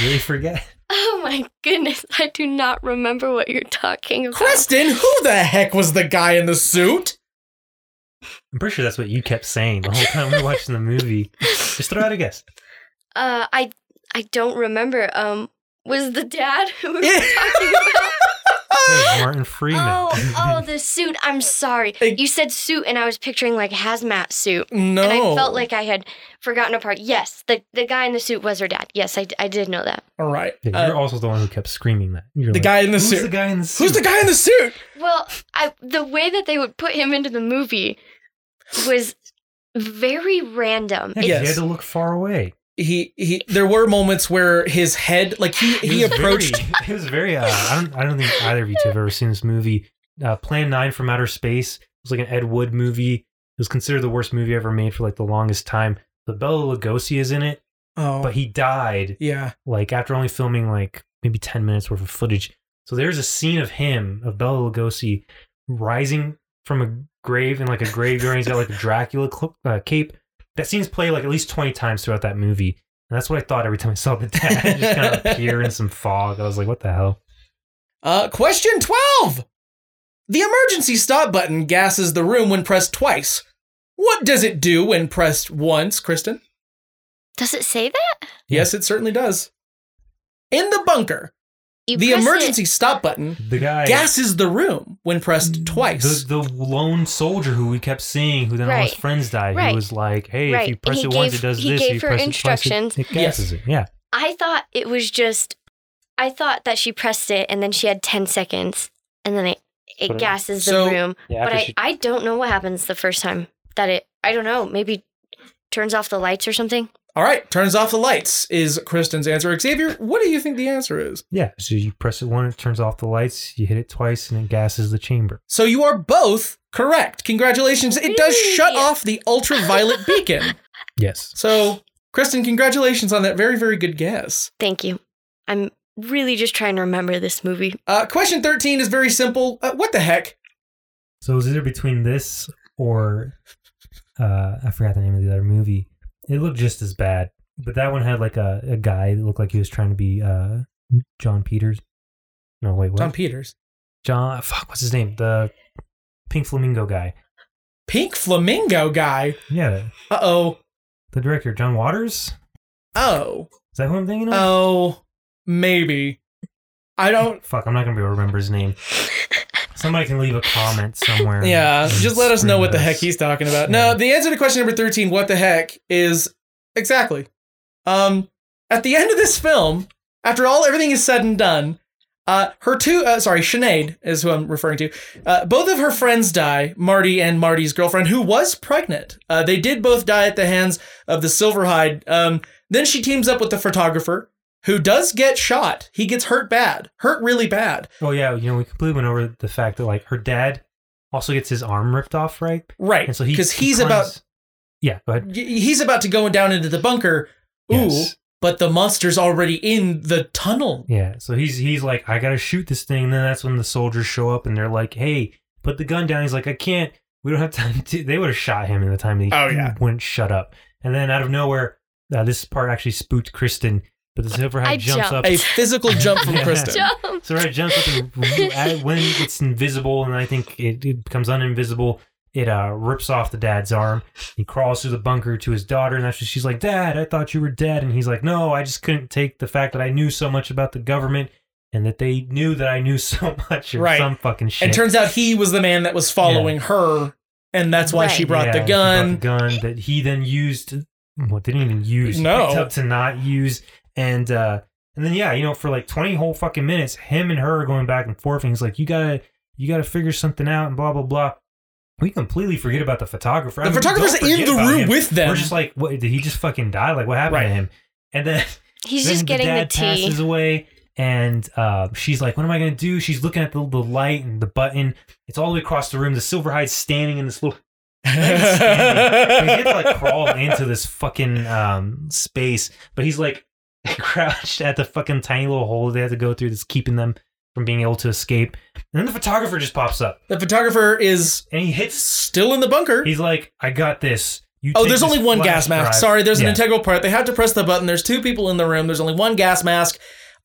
[SPEAKER 2] Really forget.
[SPEAKER 3] Oh my goodness. I do not remember what you're talking about.
[SPEAKER 1] Kristen, who the heck was the guy in the suit?
[SPEAKER 2] I'm pretty sure that's what you kept saying the whole time we were watching the movie. Just throw out a guess.
[SPEAKER 3] Uh, I I don't remember. Um, was the dad who we were
[SPEAKER 1] Yeah.
[SPEAKER 3] talking about?
[SPEAKER 2] Hey, Martin Freeman.
[SPEAKER 3] Oh, oh, the suit. I'm sorry.
[SPEAKER 1] Hey.
[SPEAKER 3] You said suit, and I was picturing like hazmat suit,
[SPEAKER 1] No.
[SPEAKER 3] and I felt like I had forgotten a part. Yes, the the guy in the suit was her dad. Yes, I, I did know that.
[SPEAKER 1] All right.
[SPEAKER 2] Yeah, you're
[SPEAKER 1] Uh,
[SPEAKER 2] also the one who kept screaming that. You're
[SPEAKER 1] the
[SPEAKER 2] like,
[SPEAKER 1] guy in the
[SPEAKER 2] Who's
[SPEAKER 1] suit.
[SPEAKER 2] the guy in the suit?
[SPEAKER 1] Who's the guy in the suit?
[SPEAKER 3] Well, I the way that they would put him into the movie was very random.
[SPEAKER 2] Yeah, 'cause
[SPEAKER 1] Yes.
[SPEAKER 2] You had to look far away.
[SPEAKER 1] He he. There were moments where his head, like he
[SPEAKER 2] It
[SPEAKER 1] he
[SPEAKER 2] was
[SPEAKER 1] approached.
[SPEAKER 2] Very, it was very. Uh, I don't. I don't think either of you two have ever seen this movie. Uh, Plan Nine from Outer Space it was like an Ed Wood movie. It was considered the worst movie ever made for like the longest time. The Bella Lugosi is in it,
[SPEAKER 1] Oh,
[SPEAKER 2] but he died
[SPEAKER 1] yeah.
[SPEAKER 2] like after only filming like maybe 10 minutes worth of footage. So there's a scene of him, of Bela Lugosi, rising from a grave in like a graveyard. He's got like a Dracula cl- uh, cape. That scene's played like at least 20 times throughout that movie. And that's what I thought every time I saw the dad It just kind of appear in some fog. I was like, what the hell?
[SPEAKER 1] Uh, question twelve. The emergency stop button gasses the room when pressed twice. What does it do when pressed once, Kristen?
[SPEAKER 2] Hmm.
[SPEAKER 3] Does it say that?
[SPEAKER 1] Yes, it certainly does. In the bunker,
[SPEAKER 3] You
[SPEAKER 1] the
[SPEAKER 3] press it-
[SPEAKER 1] emergency stop button
[SPEAKER 2] The guy.
[SPEAKER 1] gasses the room when
[SPEAKER 2] Mm,
[SPEAKER 1] pressed twice.
[SPEAKER 2] The, the lone soldier who we kept seeing, who then all his
[SPEAKER 3] Right.
[SPEAKER 2] friends died,
[SPEAKER 3] Right.
[SPEAKER 2] who was like, "Hey, if
[SPEAKER 3] Right.
[SPEAKER 2] you press
[SPEAKER 3] He
[SPEAKER 2] it once,
[SPEAKER 3] gave-
[SPEAKER 2] it does
[SPEAKER 3] he
[SPEAKER 2] this.
[SPEAKER 3] gave
[SPEAKER 2] if you
[SPEAKER 3] her
[SPEAKER 2] press it twice,
[SPEAKER 3] instructions.
[SPEAKER 2] It, it gasses it. Yeah,
[SPEAKER 3] I thought it was just. I thought that she pressed it, and then she had ten seconds, and then it
[SPEAKER 2] But
[SPEAKER 3] it
[SPEAKER 2] it-
[SPEAKER 3] gasses the
[SPEAKER 1] So-
[SPEAKER 3] room.
[SPEAKER 2] yeah.
[SPEAKER 3] But I, I don't know what happens the first time that it. I don't know. Maybe turns off the lights or something.
[SPEAKER 1] All right, turns off the lights is Kristen's answer. Xavier, what do you think the answer is?
[SPEAKER 2] Yeah, so you press it once, it turns off the lights, you hit it twice, and it gasses the chamber.
[SPEAKER 1] So you are both correct. Congratulations. It does
[SPEAKER 3] Really?
[SPEAKER 1] shut off the ultraviolet beacon.
[SPEAKER 2] Yes.
[SPEAKER 1] So, Kristen, congratulations on that very, very good guess.
[SPEAKER 3] Thank you. I'm really just trying to remember this movie.
[SPEAKER 1] Uh, question 13 is very simple. Uh, what the heck?
[SPEAKER 2] So it was either between this or uh, I forgot the name of the other movie. It looked just as bad, but that one had like a, a guy that looked like he was trying to be uh, John Peters. No, wait, what?
[SPEAKER 1] Tom Peters.
[SPEAKER 2] John, fuck, what's his name? The Pink Flamingo guy.
[SPEAKER 1] Pink flamingo guy.
[SPEAKER 2] Yeah,
[SPEAKER 1] Uh oh.
[SPEAKER 2] the director, John Waters. Is
[SPEAKER 1] Oh.
[SPEAKER 2] that who I'm thinking of?
[SPEAKER 1] Oh. Maybe. I don't.
[SPEAKER 2] Fuck, I'm not gonna be able to remember his name. Somebody can leave a comment somewhere.
[SPEAKER 1] Yeah,
[SPEAKER 2] and
[SPEAKER 1] just let us know
[SPEAKER 2] scream
[SPEAKER 1] what the
[SPEAKER 2] at
[SPEAKER 1] heck
[SPEAKER 2] us.
[SPEAKER 1] he's talking about. No,
[SPEAKER 2] Yeah.
[SPEAKER 1] the answer to question number 13, what the heck, is exactly. Um, at the end of this film, after all everything is said and done, uh, her two, uh, sorry, Sinead is who I'm referring to. Uh, both of her friends die, Marty and Marty's girlfriend, who was pregnant. Uh, they did both die at the hands of the Silverhide. Um, then she teams up with the photographer, who does get shot. He gets hurt bad, hurt really bad.
[SPEAKER 2] Oh yeah, you know we completely went over the fact that like her dad also gets his arm ripped off, right?
[SPEAKER 1] Right,
[SPEAKER 2] And
[SPEAKER 1] because
[SPEAKER 2] so he
[SPEAKER 1] he's
[SPEAKER 2] climbs-
[SPEAKER 1] about
[SPEAKER 2] yeah. Go ahead.
[SPEAKER 1] Y- he's about to go down into the bunker. Ooh,
[SPEAKER 2] Yes.
[SPEAKER 1] but the monster's already in the tunnel.
[SPEAKER 2] Yeah. So he's he's like, I gotta shoot this thing. And then that's when the soldiers show up and they're like, Hey, put the gun down. He's like, I can't. We don't have time to. They would have shot him in the time that he
[SPEAKER 1] Oh, yeah.
[SPEAKER 2] wouldn't shut up. And then out of nowhere, uh, this part actually spooked Kristen, but the
[SPEAKER 3] I
[SPEAKER 2] silverhead jumps
[SPEAKER 3] jumped.
[SPEAKER 2] up.
[SPEAKER 1] A physical jump from
[SPEAKER 2] Yeah.
[SPEAKER 1] Kristen.
[SPEAKER 3] Jump.
[SPEAKER 2] So right, jumps up and at- when it's invisible, and I think it, it becomes uninvisible. It uh, rips off the dad's arm. He crawls through the bunker to his daughter, and that's when she's like, "Dad, I thought you were dead." And he's like, "No, I just couldn't take the fact that I knew so much about the government, and that they knew that I knew so much, or
[SPEAKER 1] Right.
[SPEAKER 2] some fucking shit."
[SPEAKER 1] And turns out he was the man that was following her, and that's why she
[SPEAKER 3] Right.
[SPEAKER 1] brought
[SPEAKER 2] Yeah,
[SPEAKER 1] the
[SPEAKER 2] he
[SPEAKER 1] gun.
[SPEAKER 2] brought the gun that he then used. Well, didn't even use. he
[SPEAKER 1] No.
[SPEAKER 2] picked up to not use, and uh, and then yeah, you know, for like twenty whole fucking minutes, him and her are going back and forth, and he's like, "You gotta, you gotta figure something out," and blah blah blah. We completely forget about the photographer. I
[SPEAKER 1] The
[SPEAKER 2] mean, we
[SPEAKER 1] photographer's
[SPEAKER 2] don't
[SPEAKER 1] in
[SPEAKER 2] forget
[SPEAKER 1] the
[SPEAKER 2] about
[SPEAKER 1] room
[SPEAKER 2] him.
[SPEAKER 1] with them.
[SPEAKER 2] We're just like, what? Did he just fucking die? Like, what happened
[SPEAKER 1] Right.
[SPEAKER 2] to him? And then
[SPEAKER 3] He's
[SPEAKER 2] then
[SPEAKER 3] just getting
[SPEAKER 2] the
[SPEAKER 3] the,
[SPEAKER 2] dad
[SPEAKER 3] tea.
[SPEAKER 2] passes away, and uh, she's like, "What am I gonna do?" She's looking at the, the light and the button. It's all the way across the room. The Silverhide's standing in this little standing. He had to like crawl into this fucking um, space, but he's like crouched at the fucking tiny little hole they had to go through that's keeping them from being able to escape. And then the photographer just pops up
[SPEAKER 1] the photographer is
[SPEAKER 2] and he hits.
[SPEAKER 1] still in the bunker.
[SPEAKER 2] He's like, "I got this." You
[SPEAKER 1] Oh,
[SPEAKER 2] take
[SPEAKER 1] there's
[SPEAKER 2] this
[SPEAKER 1] only one
[SPEAKER 2] flash
[SPEAKER 1] gas mask.
[SPEAKER 2] drive."
[SPEAKER 1] Sorry, there's an
[SPEAKER 2] Yeah.
[SPEAKER 1] integral part. They have to press the button. There's two people in the room. There's only one gas mask.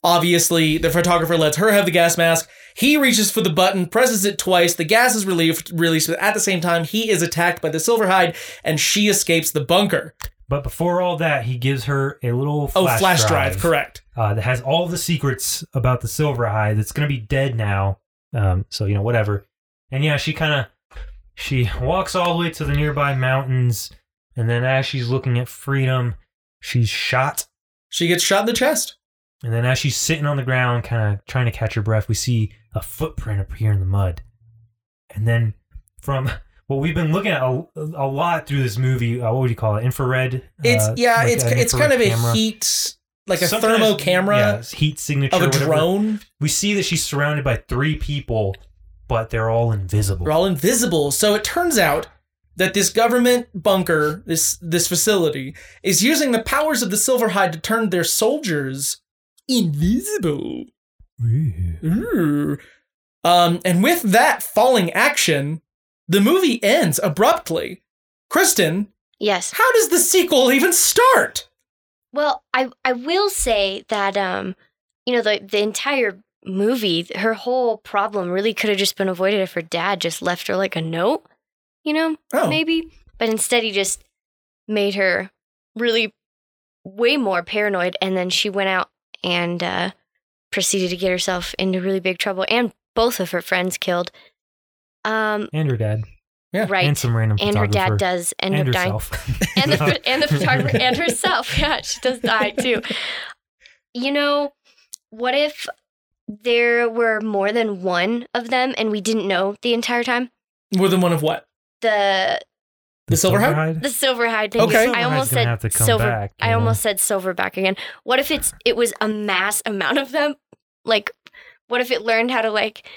[SPEAKER 1] Obviously, the photographer lets her have the gas mask. He reaches for the button, presses it twice. The gas is relieved, released, but at the same time, he is attacked by the Silverhide and she escapes the bunker.
[SPEAKER 2] But before all that, he gives her a little
[SPEAKER 1] Oh,
[SPEAKER 2] flash
[SPEAKER 1] flash drive, correct.
[SPEAKER 2] uh, that has all the secrets about the Silverhide that's going to be dead now Um, so you know, whatever. And yeah, she kind of she walks all the way to the nearby mountains, and then as she's looking at freedom, she's shot.
[SPEAKER 1] She gets shot in the chest.
[SPEAKER 2] And then as she's sitting on the ground, kind of trying to catch her breath, we see a footprint appear in the mud. And then from what we've been looking at a, a lot through this movie, uh, what would you call it? Infrared.
[SPEAKER 1] It's
[SPEAKER 2] uh,
[SPEAKER 1] yeah,
[SPEAKER 2] like
[SPEAKER 1] it's
[SPEAKER 2] an
[SPEAKER 1] it's kind of
[SPEAKER 2] infrared camera.
[SPEAKER 1] a heat, like a
[SPEAKER 2] Some kind
[SPEAKER 1] thermo
[SPEAKER 2] of- yeah,
[SPEAKER 1] camera
[SPEAKER 2] it's heat signature
[SPEAKER 1] of a
[SPEAKER 2] whatever.
[SPEAKER 1] drone.
[SPEAKER 2] We see that she's surrounded by three people, but they're all invisible.
[SPEAKER 1] They're all invisible. So it turns out that this government bunker, this this facility, is using the powers of the Silverhide to turn their soldiers invisible. Ooh. Um, and with that falling action, the movie ends abruptly. Kristen,
[SPEAKER 3] Yes.
[SPEAKER 1] how does the sequel even start?
[SPEAKER 3] Well, I I will say that um, you know, the the entire movie, her whole problem really could have just been avoided if her dad just left her like a note, you know,
[SPEAKER 1] Oh,
[SPEAKER 3] maybe. But instead, he just made her really way more paranoid, and then she went out and uh, proceeded to get herself into really big trouble, and both of her friends killed. Um,
[SPEAKER 2] And her dad.
[SPEAKER 1] Yeah,
[SPEAKER 3] right.
[SPEAKER 2] And some random
[SPEAKER 3] and her dad
[SPEAKER 2] photographer.
[SPEAKER 3] does end
[SPEAKER 2] And
[SPEAKER 3] up dying
[SPEAKER 2] herself.
[SPEAKER 3] and the ph- and the photographer and herself. Yeah, she does die too. You know, what if there were more than one of them and we didn't know the entire time?
[SPEAKER 1] more than one of what?
[SPEAKER 3] The
[SPEAKER 1] The Silverhide?
[SPEAKER 3] the Silverhide thing.
[SPEAKER 1] Okay.
[SPEAKER 3] I
[SPEAKER 2] Silverhide's gonna
[SPEAKER 3] almost said
[SPEAKER 2] have to come
[SPEAKER 3] silver.
[SPEAKER 2] back,
[SPEAKER 3] I
[SPEAKER 2] you know?
[SPEAKER 3] almost said silverback again. What if it's it was a mass amount of them? Like, what if it learned how to like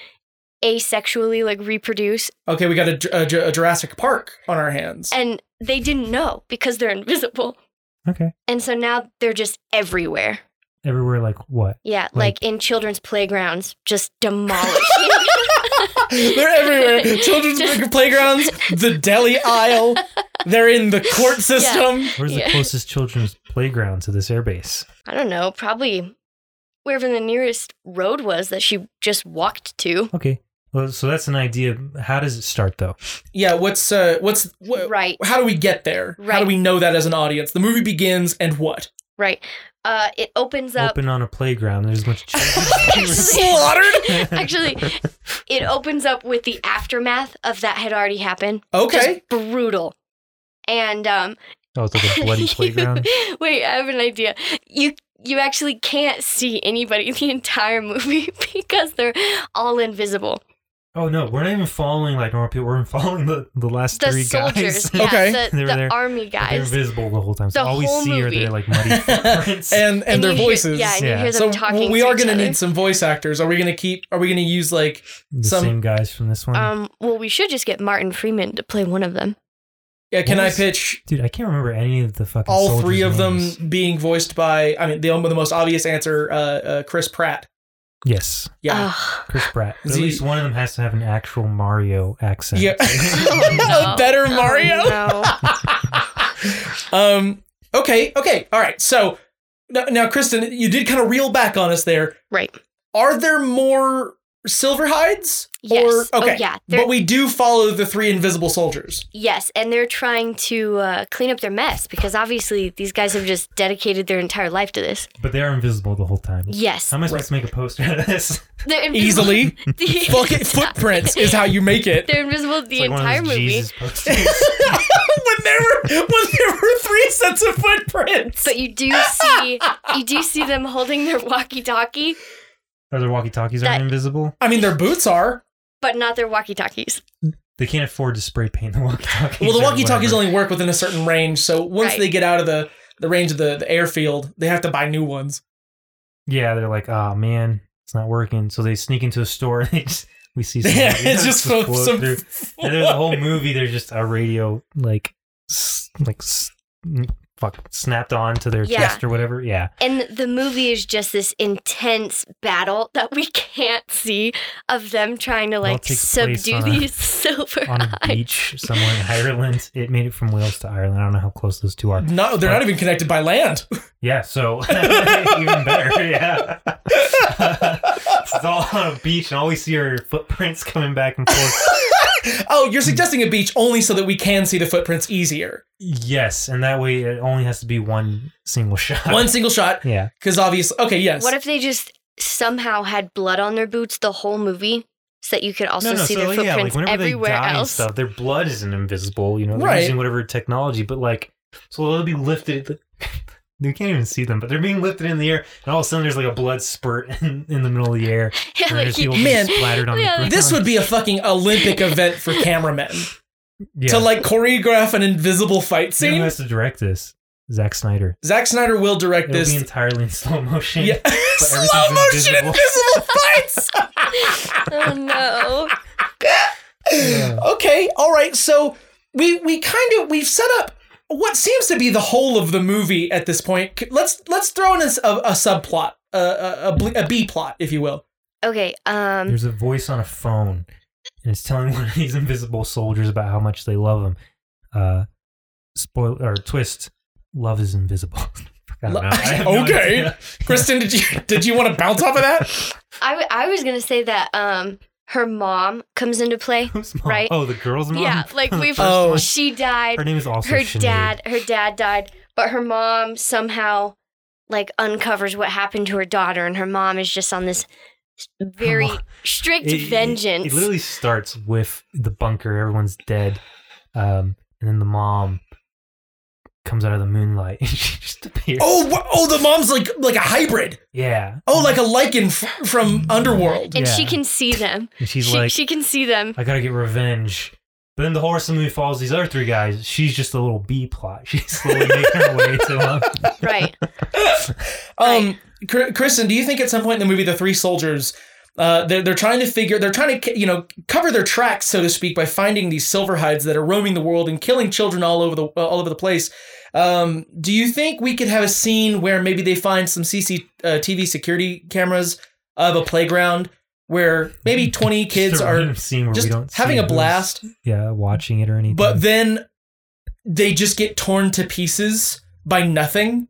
[SPEAKER 3] asexually like reproduce
[SPEAKER 1] Okay, we got a, Ju- a, Ju- a Jurassic Park on our hands.
[SPEAKER 3] and they didn't know because they're invisible
[SPEAKER 2] Okay.
[SPEAKER 3] and so now they're just everywhere
[SPEAKER 2] Everywhere, like what?
[SPEAKER 3] Yeah,
[SPEAKER 2] Like-
[SPEAKER 3] like, in children's playgrounds, just demolishing.
[SPEAKER 1] They're everywhere. Children's
[SPEAKER 3] Just-
[SPEAKER 1] playgrounds, the deli aisle. They're in the court system.
[SPEAKER 2] Where's the
[SPEAKER 3] Yeah.
[SPEAKER 2] closest children's playground to this airbase?
[SPEAKER 3] I don't know, probably wherever the nearest road was that she just walked to.
[SPEAKER 2] Okay. Well, so that's an idea. How does it start, though?
[SPEAKER 1] Yeah. What's uh? What's wha-
[SPEAKER 3] Right,
[SPEAKER 1] How do we get there? How do
[SPEAKER 3] Right.
[SPEAKER 1] we know that as an audience? The movie begins and what?
[SPEAKER 3] right. Uh, it opens up.
[SPEAKER 2] Open on a playground. There's a bunch of
[SPEAKER 3] Actually-
[SPEAKER 2] children.
[SPEAKER 1] Slaughtered.
[SPEAKER 3] Actually, it opens up with the aftermath of that had already happened.
[SPEAKER 1] Okay.
[SPEAKER 3] Just brutal. And um,
[SPEAKER 2] oh, it's like a bloody playground.
[SPEAKER 3] Wait, I have an idea. You you actually can't see anybody the entire movie because they're all invisible.
[SPEAKER 2] Oh no, we're not even following like normal people. We're following the, the last
[SPEAKER 3] the
[SPEAKER 2] three guys.
[SPEAKER 3] soldiers, yeah,
[SPEAKER 1] Okay.
[SPEAKER 3] the,
[SPEAKER 2] They were
[SPEAKER 3] the
[SPEAKER 2] there.
[SPEAKER 3] army
[SPEAKER 2] But They're
[SPEAKER 3] guys,
[SPEAKER 2] invisible the whole time. So
[SPEAKER 3] The
[SPEAKER 2] all we
[SPEAKER 3] whole
[SPEAKER 2] see are
[SPEAKER 3] movie.
[SPEAKER 2] their like muddy footprints.
[SPEAKER 1] and and, their
[SPEAKER 3] you hear-
[SPEAKER 1] voices.
[SPEAKER 3] yeah, and you
[SPEAKER 2] Yeah.
[SPEAKER 3] hear
[SPEAKER 1] So
[SPEAKER 3] them talking.
[SPEAKER 1] we
[SPEAKER 3] to
[SPEAKER 1] are
[SPEAKER 3] each
[SPEAKER 1] going to
[SPEAKER 3] other.
[SPEAKER 1] need some voice actors. Are we going to keep? Are we going to use like?
[SPEAKER 2] the
[SPEAKER 1] some-
[SPEAKER 2] same guys from this one.
[SPEAKER 3] Um, well, we should just get Martin Freeman to play one of them.
[SPEAKER 1] Yeah. Can
[SPEAKER 2] What
[SPEAKER 1] I
[SPEAKER 2] is-
[SPEAKER 1] pitch
[SPEAKER 2] Dude, I can't remember any of the fucking.
[SPEAKER 1] all
[SPEAKER 2] soldiers'
[SPEAKER 1] three of
[SPEAKER 2] names.
[SPEAKER 1] them being voiced by? I mean, the the most obvious answer, uh, uh Chris Pratt.
[SPEAKER 2] Yes,
[SPEAKER 1] Yeah.
[SPEAKER 3] Ugh.
[SPEAKER 2] Chris Pratt. But at
[SPEAKER 1] Z-
[SPEAKER 2] least one of them has to have an actual Mario accent.
[SPEAKER 1] Yeah.
[SPEAKER 3] Oh,
[SPEAKER 1] A better
[SPEAKER 3] no.
[SPEAKER 1] Mario.
[SPEAKER 3] Oh,
[SPEAKER 1] um. Okay. Okay. All right. So now, now, Kristen, you did kind of reel back on us there.
[SPEAKER 3] Right.
[SPEAKER 1] Are there more Silverhides?
[SPEAKER 3] Yes.
[SPEAKER 1] Or, okay.
[SPEAKER 3] Oh, yeah. They're,
[SPEAKER 1] But we do follow the three invisible soldiers.
[SPEAKER 3] yes, and they're trying to uh, clean up their mess because obviously these guys have just dedicated their entire life to this.
[SPEAKER 2] But they are invisible the whole time.
[SPEAKER 3] Yes.
[SPEAKER 2] How am I supposed to make a poster out of this?
[SPEAKER 3] They're invisible.
[SPEAKER 1] Easily,
[SPEAKER 3] The-
[SPEAKER 1] bucket footprints is how you make it.
[SPEAKER 3] They're invisible the
[SPEAKER 2] It's like one
[SPEAKER 3] entire
[SPEAKER 2] of those
[SPEAKER 3] movie.
[SPEAKER 2] Jesus posters.
[SPEAKER 1] when there were when there were three sets of footprints.
[SPEAKER 3] But you do see you do see them holding their walkie-talkie,
[SPEAKER 2] are their walkie-talkies
[SPEAKER 3] That-
[SPEAKER 2] aren't invisible?
[SPEAKER 1] I mean, their boots are.
[SPEAKER 3] but not their walkie-talkies.
[SPEAKER 2] They can't afford to spray paint the walkie-talkies.
[SPEAKER 1] Well, the
[SPEAKER 2] or
[SPEAKER 1] walkie-talkies
[SPEAKER 2] whatever.
[SPEAKER 1] only work within a certain range, so once
[SPEAKER 3] Right.
[SPEAKER 1] they get out of the the range of the, the airfield, they have to buy new ones.
[SPEAKER 2] Yeah, they're like, oh man, it's not working. So they sneak into a store. And they just, we see. some
[SPEAKER 1] Yeah,
[SPEAKER 2] radio
[SPEAKER 1] it's just some,
[SPEAKER 2] float
[SPEAKER 1] some
[SPEAKER 2] through. And there's a whole movie. There's just a radio like, s- like, s- n- fuck, snapped on to their
[SPEAKER 3] Yeah.
[SPEAKER 2] chest or whatever. Yeah,
[SPEAKER 3] And the movie is just this intense battle that we can't see of them trying to
[SPEAKER 2] all
[SPEAKER 3] like
[SPEAKER 2] takes place
[SPEAKER 3] subdue
[SPEAKER 2] on a-
[SPEAKER 3] these silver
[SPEAKER 2] on a
[SPEAKER 3] eyes.
[SPEAKER 2] beach somewhere in Ireland. It made it from Wales to Ireland. I don't know how close those two are.
[SPEAKER 1] No, they're not even connected by land.
[SPEAKER 2] Yeah, so even better. Yeah, it's all on a beach, and all we see are footprints coming back and forth.
[SPEAKER 1] Oh, you're suggesting a beach only so that we can see the footprints easier.
[SPEAKER 2] yes, and that way it only has to be one single shot.
[SPEAKER 1] One single shot,
[SPEAKER 2] Yeah.
[SPEAKER 1] because obviously, okay, yes.
[SPEAKER 3] What if they just somehow had blood on their boots the whole movie? so that you could also
[SPEAKER 2] no, no.
[SPEAKER 3] see
[SPEAKER 2] so
[SPEAKER 3] their
[SPEAKER 2] yeah, like
[SPEAKER 3] footprints
[SPEAKER 2] whenever they
[SPEAKER 3] everywhere
[SPEAKER 2] die
[SPEAKER 3] else.
[SPEAKER 2] and stuff, their blood isn't invisible. You know, they're
[SPEAKER 1] Right.
[SPEAKER 2] using whatever technology, but like, so they'll be lifted. You can't even see them, but they're being lifted in the air, and all of a sudden there's like a blood spurt in, in the middle of the air.
[SPEAKER 3] Yeah,
[SPEAKER 2] and
[SPEAKER 3] like
[SPEAKER 2] there's
[SPEAKER 3] you-
[SPEAKER 2] people just
[SPEAKER 1] Man,
[SPEAKER 2] splattered on
[SPEAKER 3] yeah,
[SPEAKER 2] the ground.
[SPEAKER 3] like-
[SPEAKER 1] This would be a fucking Olympic event for cameramen
[SPEAKER 2] yeah.
[SPEAKER 1] to like choreograph an invisible fight
[SPEAKER 2] You know
[SPEAKER 1] scene.
[SPEAKER 2] who has to direct this? Zack Snyder.
[SPEAKER 1] Zack Snyder will direct
[SPEAKER 2] It'll
[SPEAKER 1] this.
[SPEAKER 2] be entirely in slow motion.
[SPEAKER 1] yeah. Slow
[SPEAKER 2] everything's
[SPEAKER 1] motion
[SPEAKER 2] invisible.
[SPEAKER 1] invisible fights.
[SPEAKER 3] oh no.
[SPEAKER 2] Yeah.
[SPEAKER 1] okay, all right. So we we kind of we've set up what seems to be the whole of the movie at this point. C- Let's let's throw in a, s- a- a subplot, a, a, a, bl- a B plot, if you will.
[SPEAKER 3] Okay. Um.
[SPEAKER 2] There's a voice on a phone, and it's telling one of these invisible soldiers about how much they love him. Uh, spoil or twist: love is invisible. I don't know. I have no
[SPEAKER 1] Okay.
[SPEAKER 2] idea.
[SPEAKER 1] Kristen, did you did you want to bounce off of that?
[SPEAKER 3] I, w- I was gonna say that um her mom comes into play.
[SPEAKER 2] Who's mom?
[SPEAKER 3] Right.
[SPEAKER 2] Oh, the girl's mom.
[SPEAKER 3] Yeah, like
[SPEAKER 2] The
[SPEAKER 3] we've.
[SPEAKER 2] first
[SPEAKER 1] Oh.
[SPEAKER 2] one.
[SPEAKER 3] She died.
[SPEAKER 2] her name is also
[SPEAKER 3] her
[SPEAKER 2] Sinead.
[SPEAKER 3] dad her dad died but her mom somehow like uncovers what happened to her daughter and her mom is just on this very
[SPEAKER 2] mom-
[SPEAKER 3] strict
[SPEAKER 2] It- it-
[SPEAKER 3] vengeance
[SPEAKER 2] It, literally starts with the bunker. Everyone's dead, um, and then the mom comes out of the moonlight and she just appears.
[SPEAKER 1] Oh, wha- oh, the mom's like like a hybrid.
[SPEAKER 2] yeah.
[SPEAKER 1] Oh, like a lichen f- from Underworld.
[SPEAKER 3] and she
[SPEAKER 2] yeah.
[SPEAKER 3] can see them
[SPEAKER 2] And she's
[SPEAKER 3] she,
[SPEAKER 2] like,
[SPEAKER 3] she can see them
[SPEAKER 2] I gotta get revenge. But then the horror suddenly follows these other three guys. She's just a little B plot. She's slowly making her way to uh, them.
[SPEAKER 3] right
[SPEAKER 1] Um, Kr- Kristen, do you think at some point in the movie the three soldiers, uh, they're they're trying to figure, they're trying to you know cover their tracks so to speak by finding these silver hides that are roaming the world and killing children all over the uh, all over the place. Um, do you think we could have a scene where maybe they find some CC uh, TV security cameras of a playground where maybe twenty kids
[SPEAKER 2] Just a
[SPEAKER 1] are
[SPEAKER 2] random scene where we
[SPEAKER 1] just
[SPEAKER 2] don't
[SPEAKER 1] having
[SPEAKER 2] see
[SPEAKER 1] a
[SPEAKER 2] who's,
[SPEAKER 1] blast,
[SPEAKER 2] Yeah, watching it or anything.
[SPEAKER 1] but then they just get torn to pieces by nothing?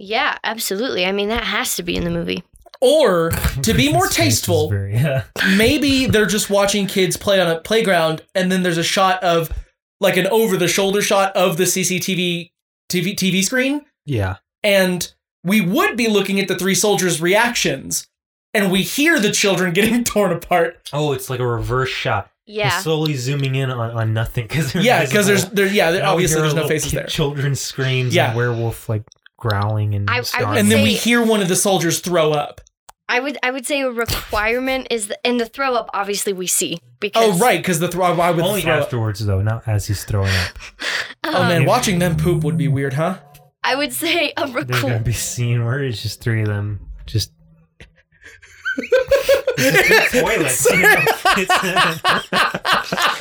[SPEAKER 3] yeah absolutely i mean that has to be in the movie
[SPEAKER 1] Or to be more
[SPEAKER 2] His face is
[SPEAKER 1] tasteful,
[SPEAKER 2] very- yeah.
[SPEAKER 1] maybe they're just watching kids play on a playground and then there's a shot of like an over the shoulder shot of the CCTV TV TV screen
[SPEAKER 2] yeah.
[SPEAKER 1] and we would be looking at the three soldiers reactions and we hear the children getting torn apart
[SPEAKER 2] Oh, it's like a reverse shot. He's
[SPEAKER 3] yeah
[SPEAKER 2] slowly zooming in on, on nothing because
[SPEAKER 1] yeah because there's there yeah there- obviously there's no faces
[SPEAKER 2] faces
[SPEAKER 1] there
[SPEAKER 2] Children screams.
[SPEAKER 1] Yeah.
[SPEAKER 2] and werewolf like growling and
[SPEAKER 3] I- I would
[SPEAKER 2] snarling.
[SPEAKER 1] and then we
[SPEAKER 3] Say-
[SPEAKER 1] hear one of the soldiers throw up
[SPEAKER 3] i would i would say a requirement is the, and the throw up obviously we see because
[SPEAKER 1] oh right because the throw why would the
[SPEAKER 2] only
[SPEAKER 1] throw up?
[SPEAKER 2] afterwards though, not as he's throwing up.
[SPEAKER 1] oh
[SPEAKER 3] um,
[SPEAKER 1] man watching them poop would be weird huh
[SPEAKER 3] i would say a
[SPEAKER 2] There's gonna
[SPEAKER 3] requirement
[SPEAKER 2] be a scene where it's just three of them just toilets. You know? It's-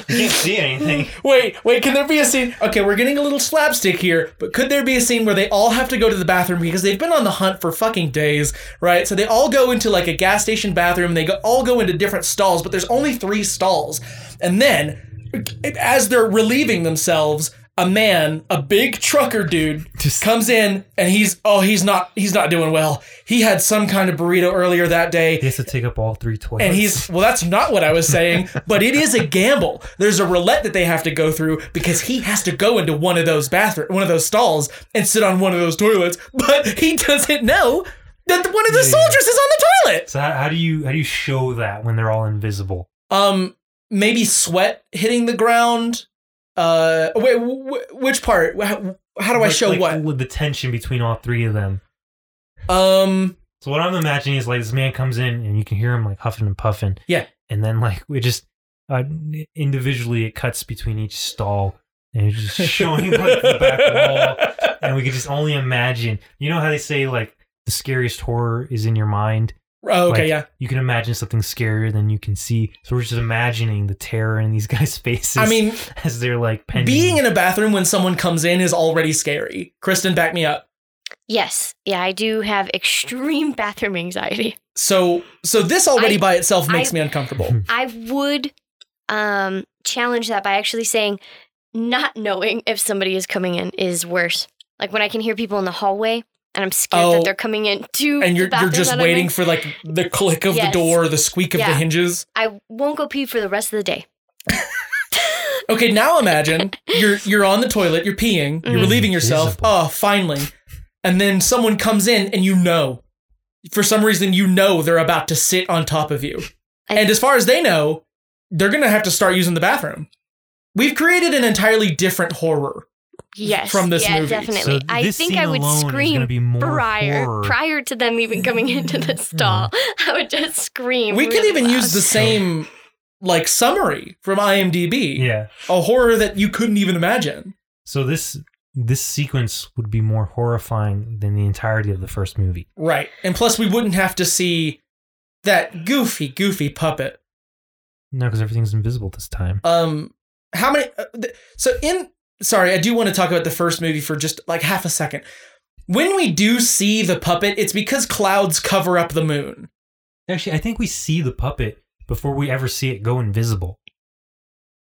[SPEAKER 2] you can't see anything.
[SPEAKER 1] Wait, wait, can there be a scene? Okay, we're getting a little slapstick here, but could there be a scene where they all have to go to the bathroom because they've been on the hunt for fucking days, right? So they all go into like a gas station bathroom, they go, all go into different stalls, but there's only three stalls. And then, as they're relieving themselves, a man, a big trucker dude, comes in and he's oh he's not he's not doing well. He had some kind of burrito earlier that day.
[SPEAKER 2] He has to take up all three toilets.
[SPEAKER 1] And he's well. That's not what I was saying, but it is a gamble. There's a roulette that they have to go through because he has to go into one of those bathroom, one of those stalls, and sit on one of those toilets. But he doesn't know that one of the
[SPEAKER 2] Yeah.
[SPEAKER 1] soldiers is on the toilet.
[SPEAKER 2] so how, how do you how do you show that when they're all invisible?
[SPEAKER 1] Um, maybe sweat hitting the ground. Uh, wait, wh- which part? Wh- How, do I
[SPEAKER 2] Like-
[SPEAKER 1] show
[SPEAKER 2] like,
[SPEAKER 1] what?
[SPEAKER 2] with the tension between all three of them?
[SPEAKER 1] Um,
[SPEAKER 2] So what I'm imagining is like this man comes in and you can hear him like huffing and puffing.
[SPEAKER 1] Yeah.
[SPEAKER 2] And then like we just uh, individually it cuts between each stall and it's just showing like the back wall. and we could just only imagine. You know how they say like the scariest horror is in your mind.
[SPEAKER 1] Oh, okay,
[SPEAKER 2] Like-
[SPEAKER 1] yeah.
[SPEAKER 2] You can imagine something scarier than you can see. So we're just imagining the terror in these guys' faces.
[SPEAKER 1] I mean,
[SPEAKER 2] as they're like pending.
[SPEAKER 1] being in a bathroom when someone comes in is already scary. Kristen, back me up.
[SPEAKER 3] yes yeah i do have extreme bathroom anxiety
[SPEAKER 1] So so this already
[SPEAKER 3] I-
[SPEAKER 1] by itself makes
[SPEAKER 3] I-
[SPEAKER 1] me uncomfortable.
[SPEAKER 3] I would um, challenge that by actually saying not knowing if somebody is coming in is worse. Like when I can hear people in the hallway and I'm scared
[SPEAKER 1] Oh.
[SPEAKER 3] that they're coming in to
[SPEAKER 1] And you're
[SPEAKER 3] the
[SPEAKER 1] you're
[SPEAKER 3] bathroom
[SPEAKER 1] just
[SPEAKER 3] that I'm
[SPEAKER 1] waiting
[SPEAKER 3] in,
[SPEAKER 1] for like the click of the
[SPEAKER 3] Yes.
[SPEAKER 1] door, the squeak of the
[SPEAKER 3] Yeah.
[SPEAKER 1] hinges.
[SPEAKER 3] I won't go pee for the rest of the day.
[SPEAKER 1] Okay, now imagine you're you're on the toilet, you're peeing, you're
[SPEAKER 3] Mm.
[SPEAKER 1] relieving yourself.
[SPEAKER 2] Invisible.
[SPEAKER 1] Oh, finally. And then someone comes in and you know. For some reason you know they're about to sit on top of you.
[SPEAKER 3] I-
[SPEAKER 1] and as far as they know, they're going to have to start using the bathroom. We've created an entirely different horror.
[SPEAKER 3] Yes.
[SPEAKER 1] From this
[SPEAKER 3] yeah,
[SPEAKER 1] movie.
[SPEAKER 3] definitely.
[SPEAKER 2] So
[SPEAKER 3] I
[SPEAKER 2] this
[SPEAKER 3] think
[SPEAKER 2] scene
[SPEAKER 3] I would
[SPEAKER 2] alone is gonna
[SPEAKER 3] scream
[SPEAKER 2] be more
[SPEAKER 3] prior
[SPEAKER 2] horror.
[SPEAKER 3] prior to them even coming into the stall. I would just scream.
[SPEAKER 1] We could
[SPEAKER 3] really
[SPEAKER 1] even
[SPEAKER 3] loud.
[SPEAKER 1] use the same like summary from IMDb.
[SPEAKER 2] Yeah.
[SPEAKER 1] A horror that you couldn't even imagine.
[SPEAKER 2] So this this sequence would be more horrifying than the entirety of the first movie.
[SPEAKER 1] Right. And plus we wouldn't have to see that goofy goofy puppet.
[SPEAKER 2] No, because everything's invisible this time.
[SPEAKER 1] Um how many uh, th- so in sorry, I do want to talk about the first movie for just like half a second. When we do see the puppet, it's because clouds cover up the moon.
[SPEAKER 2] Actually, I think we see the puppet before we ever see it go invisible.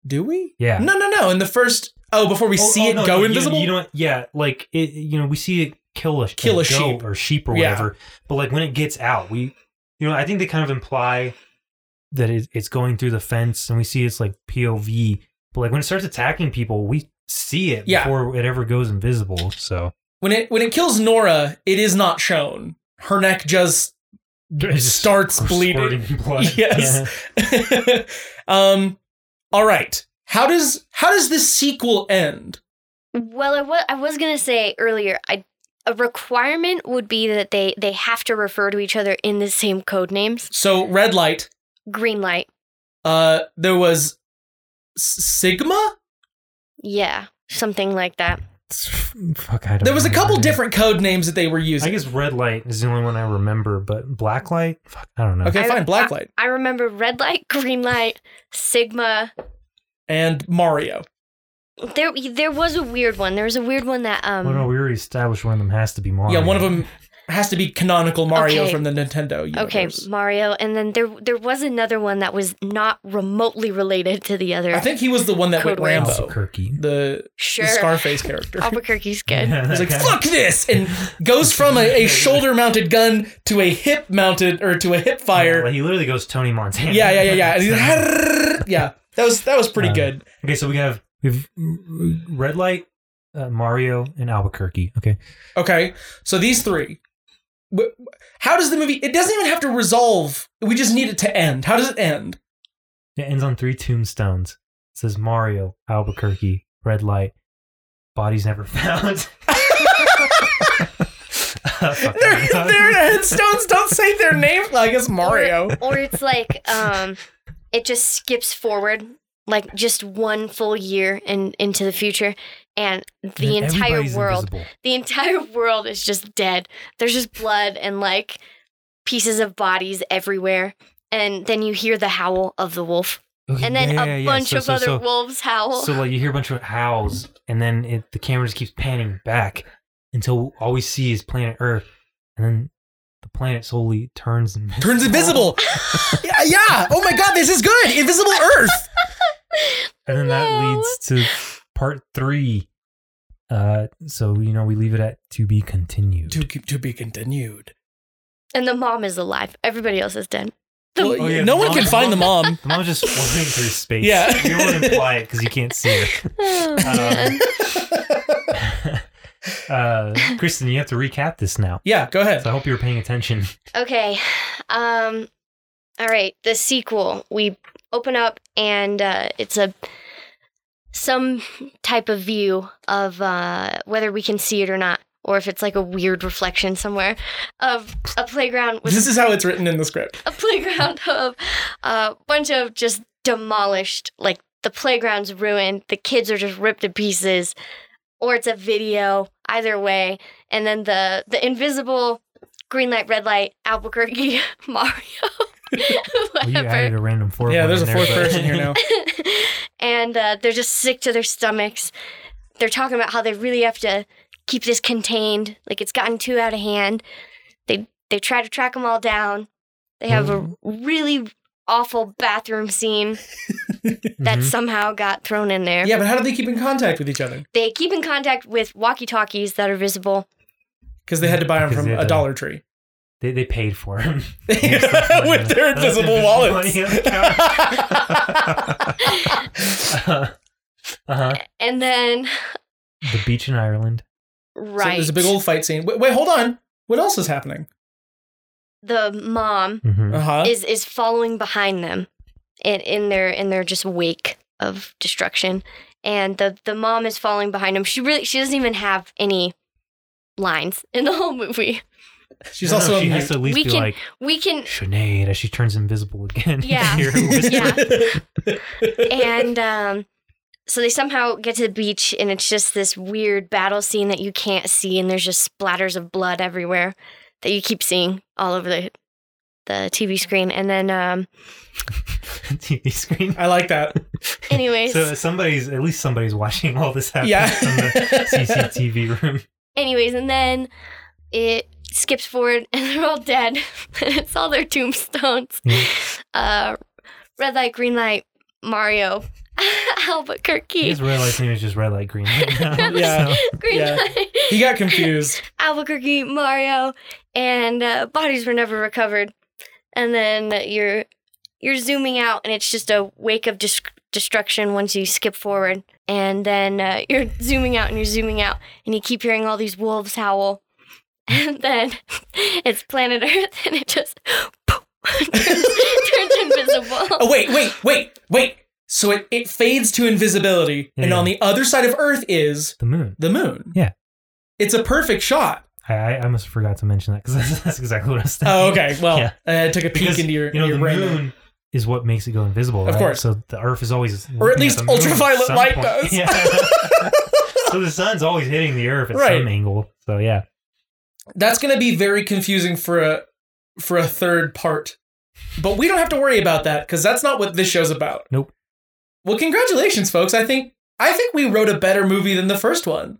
[SPEAKER 1] Do we?
[SPEAKER 2] Yeah.
[SPEAKER 1] No, no, no. In the first Oh, before we
[SPEAKER 2] Oh,
[SPEAKER 1] see
[SPEAKER 2] oh,
[SPEAKER 1] it
[SPEAKER 2] no,
[SPEAKER 1] go
[SPEAKER 2] no, you-
[SPEAKER 1] invisible?
[SPEAKER 2] You, know what? Yeah, like it. You know, we see it kill a
[SPEAKER 1] Kill a
[SPEAKER 2] goat
[SPEAKER 1] sheep.
[SPEAKER 2] or sheep or
[SPEAKER 1] Yeah.
[SPEAKER 2] whatever. But like when it gets out, we, you know, I think they kind of imply that it, it's going through the fence, and we see it's like POV. But like when it starts attacking people, we see it
[SPEAKER 1] Yeah.
[SPEAKER 2] before it ever goes invisible. So
[SPEAKER 1] when it when it kills Nora, it is not shown. Her neck just starts bleeding.
[SPEAKER 2] Squirting blood.
[SPEAKER 1] Yes. um, all right. How does how does this sequel end?
[SPEAKER 3] Well, I was I was gonna say earlier, I a requirement would be that they they have to refer to each other in the same code names.
[SPEAKER 1] So red light.
[SPEAKER 3] Green light,
[SPEAKER 1] Uh, there was S- Sigma.
[SPEAKER 3] yeah, something like that.
[SPEAKER 2] Yeah. Fuck, I don't
[SPEAKER 1] There was a
[SPEAKER 2] remember
[SPEAKER 1] couple
[SPEAKER 2] the name.
[SPEAKER 1] different code names that they were
[SPEAKER 2] I
[SPEAKER 1] using.
[SPEAKER 2] guess red light is the only one I remember, but black light. Fuck, I don't know.
[SPEAKER 1] Okay,
[SPEAKER 3] I-
[SPEAKER 1] fine. Black light
[SPEAKER 3] I remember red light, green light, sigma.
[SPEAKER 1] and Mario.
[SPEAKER 3] There there was a weird one. There was a weird one that um.
[SPEAKER 2] Well, no, we already established one of them has to be Mario.
[SPEAKER 1] Yeah, one of them has to be canonical Mario
[SPEAKER 3] Okay.
[SPEAKER 1] from the Nintendo
[SPEAKER 3] Okay,
[SPEAKER 1] universe.
[SPEAKER 3] Mario, and then there there was another one that was not remotely related to the other.
[SPEAKER 1] I think he was the one that went
[SPEAKER 3] Code word.
[SPEAKER 1] Rambo,
[SPEAKER 2] Albuquerque.
[SPEAKER 1] the,
[SPEAKER 3] sure,
[SPEAKER 1] the Scarface character.
[SPEAKER 3] Albuquerque's good.
[SPEAKER 1] He's like, "Fuck this!" and goes from a, a shoulder-mounted gun to a hip-mounted or to a hip-fire.
[SPEAKER 2] Well, he literally goes Tony Montana.
[SPEAKER 1] Yeah, yeah, yeah, yeah. And he's like, yeah, that was that was pretty
[SPEAKER 2] Um,
[SPEAKER 1] good.
[SPEAKER 2] okay, so we have we've red light, uh, Mario, and Albuquerque. Okay,
[SPEAKER 1] Okay, so these three. Wh- How does the movie? It doesn't even have to resolve. We just need it to end. How does it end?
[SPEAKER 2] it ends on three tombstones. It says Mario, Albuquerque, red light, bodies never found.
[SPEAKER 1] Their, their headstones don't say their name. Well, I guess Mario.
[SPEAKER 3] Or, or it's like um, it just skips forward like just one full year and into the future, and the
[SPEAKER 2] And
[SPEAKER 3] entire
[SPEAKER 2] everybody's
[SPEAKER 3] world,
[SPEAKER 2] invisible.
[SPEAKER 3] the entire world is just dead. There's just blood and like pieces of bodies everywhere, and then you hear the howl of the wolf,
[SPEAKER 2] Okay,
[SPEAKER 3] and then
[SPEAKER 2] yeah, yeah,
[SPEAKER 3] a
[SPEAKER 2] yeah.
[SPEAKER 3] bunch
[SPEAKER 2] So-
[SPEAKER 3] of
[SPEAKER 2] so-
[SPEAKER 3] other
[SPEAKER 2] so-
[SPEAKER 3] wolves howl.
[SPEAKER 2] So like you hear a bunch of howls, and then it, the camera just keeps panning back until all we see is planet Earth, and then the planet slowly turns and
[SPEAKER 1] Turns invisible. yeah, yeah. Oh my god, this is good. Invisible Earth.
[SPEAKER 2] and then that
[SPEAKER 3] No.
[SPEAKER 2] leads to part three. Uh, so you know we leave it at to be continued.
[SPEAKER 1] to to be continued.
[SPEAKER 3] And the mom is alive. Everybody else is dead. The-
[SPEAKER 1] Well,
[SPEAKER 2] Oh, yeah,
[SPEAKER 1] no
[SPEAKER 2] the
[SPEAKER 1] one can
[SPEAKER 2] mom-
[SPEAKER 1] find the mom.
[SPEAKER 2] the mom's just floating through space.
[SPEAKER 1] Yeah.
[SPEAKER 2] you don't want to imply it because you can't see her.
[SPEAKER 3] Oh, man.
[SPEAKER 2] uh, Kristen, you have to recap this now.
[SPEAKER 1] yeah, go ahead.
[SPEAKER 2] So I hope you're paying attention.
[SPEAKER 3] okay. Um all right, the sequel. We open up and uh it's a some type of view of uh whether we can see it or not or if it's like a weird reflection somewhere of a playground with
[SPEAKER 1] This is how it's written in the script.
[SPEAKER 3] a playground of a bunch of just demolished, like the playground's ruined, the kids are just ripped to pieces, or it's a video, either way. And then the the invisible green light, red light, Albuquerque, Mario,
[SPEAKER 2] Well, you added
[SPEAKER 3] whatever.
[SPEAKER 2] a random fourth.
[SPEAKER 1] yeah,
[SPEAKER 2] one
[SPEAKER 1] there's a
[SPEAKER 2] in there,
[SPEAKER 1] fourth
[SPEAKER 2] but-
[SPEAKER 1] person here now.
[SPEAKER 3] and uh, they're just sick to their stomachs. They're talking about how they really have to keep this contained, like it's gotten too out of hand. They they try to track them all down. They have a
[SPEAKER 1] Mm-hmm.
[SPEAKER 3] really awful bathroom scene. that
[SPEAKER 2] Mhm.
[SPEAKER 3] somehow got thrown in there.
[SPEAKER 1] Mm-hmm. Yeah, but how do they keep in contact with each other?
[SPEAKER 3] They keep in contact with walkie talkies that are visible.
[SPEAKER 1] Because they had to buy them
[SPEAKER 2] Because
[SPEAKER 1] from
[SPEAKER 2] they had
[SPEAKER 1] a
[SPEAKER 2] to-
[SPEAKER 1] Dollar Tree
[SPEAKER 2] They, they paid for him.
[SPEAKER 1] with their invisible wallets.
[SPEAKER 2] uh huh.
[SPEAKER 3] And then,
[SPEAKER 2] The beach in Ireland.
[SPEAKER 1] So
[SPEAKER 3] right.
[SPEAKER 1] there's a big old fight scene. Wait, wait, hold on. What else is happening?
[SPEAKER 3] the mom
[SPEAKER 2] Mm-hmm.
[SPEAKER 1] Uh huh.
[SPEAKER 3] is, is following behind them in, in their in their just wake of destruction. And the the mom is falling behind him. She really she doesn't even have any lines in the whole movie.
[SPEAKER 1] She's
[SPEAKER 2] No, no,
[SPEAKER 1] also
[SPEAKER 2] she
[SPEAKER 1] a
[SPEAKER 2] has to at least
[SPEAKER 3] We
[SPEAKER 2] be
[SPEAKER 3] can-
[SPEAKER 2] like
[SPEAKER 3] We can
[SPEAKER 2] Sinead as she turns invisible again.
[SPEAKER 3] Yeah.
[SPEAKER 2] Hear her whisper.
[SPEAKER 3] Yeah.
[SPEAKER 1] yeah.
[SPEAKER 3] and um, so they somehow get to the beach, and it's just this weird battle scene that you can't see, and there's just splatters of blood everywhere that you keep seeing all over the the TV screen. And then, um,
[SPEAKER 2] TV screen.
[SPEAKER 1] I like that.
[SPEAKER 3] anyways,
[SPEAKER 2] So uh, somebody's at least somebody's watching all this happen
[SPEAKER 1] Yeah.
[SPEAKER 2] from the CCTV room.
[SPEAKER 3] anyways, and then it skips forward, and they're all dead. it's all their tombstones.
[SPEAKER 1] Hmm.
[SPEAKER 2] Yeah.
[SPEAKER 3] Uh, red light, green light, Mario,
[SPEAKER 2] You
[SPEAKER 3] Albuquerque,
[SPEAKER 2] just realized it was just red light, green light. now,
[SPEAKER 1] Yeah.
[SPEAKER 2] so-
[SPEAKER 3] green
[SPEAKER 1] Yeah.
[SPEAKER 3] light.
[SPEAKER 1] He got confused.
[SPEAKER 3] Albuquerque, Mario, and uh, bodies were never recovered. And then you're you're zooming out, and it's just a wake of dis- destruction once you skip forward. And then uh, you're zooming out, and you're zooming out, and you keep hearing all these wolves howl. And then it's planet Earth, and it just poof, turns, turns
[SPEAKER 1] Oh
[SPEAKER 3] invisible.
[SPEAKER 1] wait, wait, wait, wait. So it, it fades to invisibility, and
[SPEAKER 2] Yeah.
[SPEAKER 1] on the other side of Earth is
[SPEAKER 2] the moon.
[SPEAKER 1] the moon.
[SPEAKER 2] Yeah.
[SPEAKER 1] It's a perfect shot.
[SPEAKER 2] I, I I almost forgot to mention that because that's, that's exactly what I was thinking.
[SPEAKER 1] Oh, okay. Well,
[SPEAKER 2] Yeah.
[SPEAKER 1] I took a peek
[SPEAKER 2] Because,
[SPEAKER 1] into your,
[SPEAKER 2] you know,
[SPEAKER 1] your
[SPEAKER 2] the
[SPEAKER 1] brain.
[SPEAKER 2] moon is what makes it go invisible.
[SPEAKER 1] Of
[SPEAKER 2] right?
[SPEAKER 1] course.
[SPEAKER 2] So the Earth is
[SPEAKER 1] Or
[SPEAKER 2] always,
[SPEAKER 1] at
[SPEAKER 2] looking at
[SPEAKER 1] least
[SPEAKER 2] the moon at
[SPEAKER 1] ultraviolet
[SPEAKER 2] some
[SPEAKER 1] light
[SPEAKER 2] point.
[SPEAKER 1] does.
[SPEAKER 2] Yeah. so the sun's always hitting the Earth at
[SPEAKER 1] Right.
[SPEAKER 2] some angle. So yeah,
[SPEAKER 1] That's going to be very confusing for a for a third part. But we don't have to worry about that cuz that's not what this show's about.
[SPEAKER 2] Nope.
[SPEAKER 1] Well, congratulations folks. I think I think we wrote a better movie than the first one.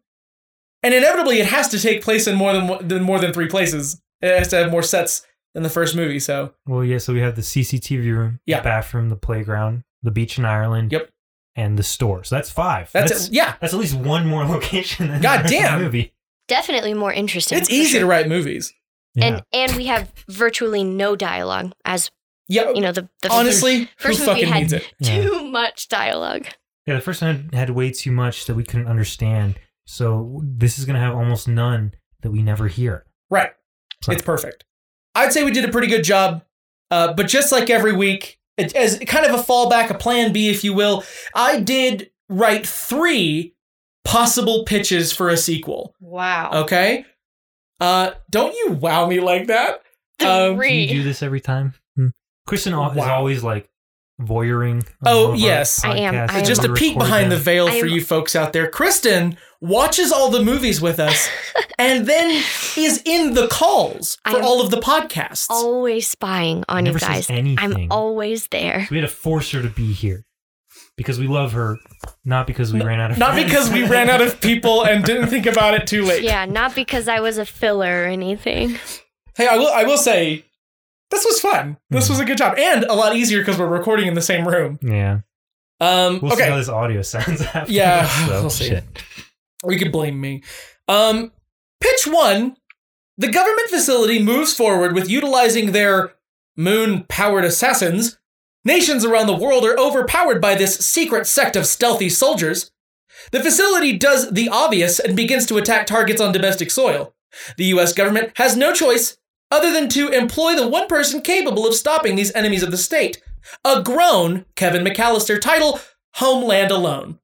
[SPEAKER 1] And inevitably it has to take place in more than one- than more than 3 places. It has to have more sets than the first movie, so
[SPEAKER 2] well yeah. So we have the CCTV room,
[SPEAKER 1] Yeah.
[SPEAKER 2] the bathroom, the playground, the beach in Ireland.
[SPEAKER 1] Yep.
[SPEAKER 2] And the store. So that's five.
[SPEAKER 1] that's, it. Yeah.
[SPEAKER 2] That's at least one more location than
[SPEAKER 1] God
[SPEAKER 2] the rest of the
[SPEAKER 1] damn.
[SPEAKER 2] movie.
[SPEAKER 3] Definitely more interesting.
[SPEAKER 1] It's
[SPEAKER 3] for
[SPEAKER 1] easy
[SPEAKER 3] sure.
[SPEAKER 1] to write movies.
[SPEAKER 2] Yeah.
[SPEAKER 3] And and we have virtually no dialogue, as
[SPEAKER 1] Yeah.
[SPEAKER 3] you know the, the
[SPEAKER 1] Honestly,
[SPEAKER 3] first
[SPEAKER 1] who
[SPEAKER 3] movie
[SPEAKER 1] fucking
[SPEAKER 3] had-
[SPEAKER 1] needs it?
[SPEAKER 2] Yeah.
[SPEAKER 3] too much dialogue.
[SPEAKER 2] Yeah, the first one had way too much that we couldn't understand. So this is going to have almost none that we never hear.
[SPEAKER 1] Right.
[SPEAKER 2] So-
[SPEAKER 1] It's perfect. I'd say we did a pretty good job, uh, but just like every week, it, as kind of a fallback, a plan B, if you will, I did write three possible pitches for a sequel.
[SPEAKER 3] Wow.
[SPEAKER 2] Oh,
[SPEAKER 1] Okay. Uh, don't you wow me like that? Um,
[SPEAKER 2] Do you
[SPEAKER 3] Three.
[SPEAKER 2] do this every time? Hmm. Kristen al is
[SPEAKER 1] Wow.
[SPEAKER 2] always like voyeuring. on
[SPEAKER 1] Oh,
[SPEAKER 2] all of our
[SPEAKER 1] yes.
[SPEAKER 3] I am.
[SPEAKER 2] podcasts
[SPEAKER 3] I am.
[SPEAKER 2] when
[SPEAKER 1] Just
[SPEAKER 2] we
[SPEAKER 1] a peek
[SPEAKER 2] record
[SPEAKER 1] behind
[SPEAKER 2] them.
[SPEAKER 1] the veil
[SPEAKER 3] I
[SPEAKER 1] for
[SPEAKER 3] am-
[SPEAKER 1] you folks out there. Kristen watches all the movies with us and then is in the calls
[SPEAKER 3] I
[SPEAKER 1] for
[SPEAKER 3] am
[SPEAKER 1] all of the podcasts.
[SPEAKER 3] always spying on you
[SPEAKER 2] Never says
[SPEAKER 3] guys.
[SPEAKER 2] anything.
[SPEAKER 3] I'm always there.
[SPEAKER 2] We had to force her to be here because we love her, not because we ran out of.
[SPEAKER 1] Not
[SPEAKER 2] friends.
[SPEAKER 1] because we ran out of people and didn't think about it too late.
[SPEAKER 3] Yeah, not because I was a filler or anything.
[SPEAKER 1] Hey, I will. I will say, this was fun.
[SPEAKER 2] Hmm.
[SPEAKER 1] This was a good job, and a lot easier because we're recording in the same room.
[SPEAKER 2] Yeah,
[SPEAKER 1] Um,
[SPEAKER 2] we'll see how
[SPEAKER 1] okay,
[SPEAKER 2] this audio sounds after.
[SPEAKER 1] Yeah,
[SPEAKER 2] this, so,
[SPEAKER 1] we'll see.
[SPEAKER 2] Oh, Shit.
[SPEAKER 1] we could blame me. Um, pitch one: the government facility moves forward with utilizing their moon-powered assassins. Nations around the world are overpowered by this secret sect of stealthy soldiers. The facility does the obvious and begins to attack targets on domestic soil. The US government has no choice other than to employ the one person capable of stopping these enemies of the state a grown Kevin McAllister title Homeland Alone.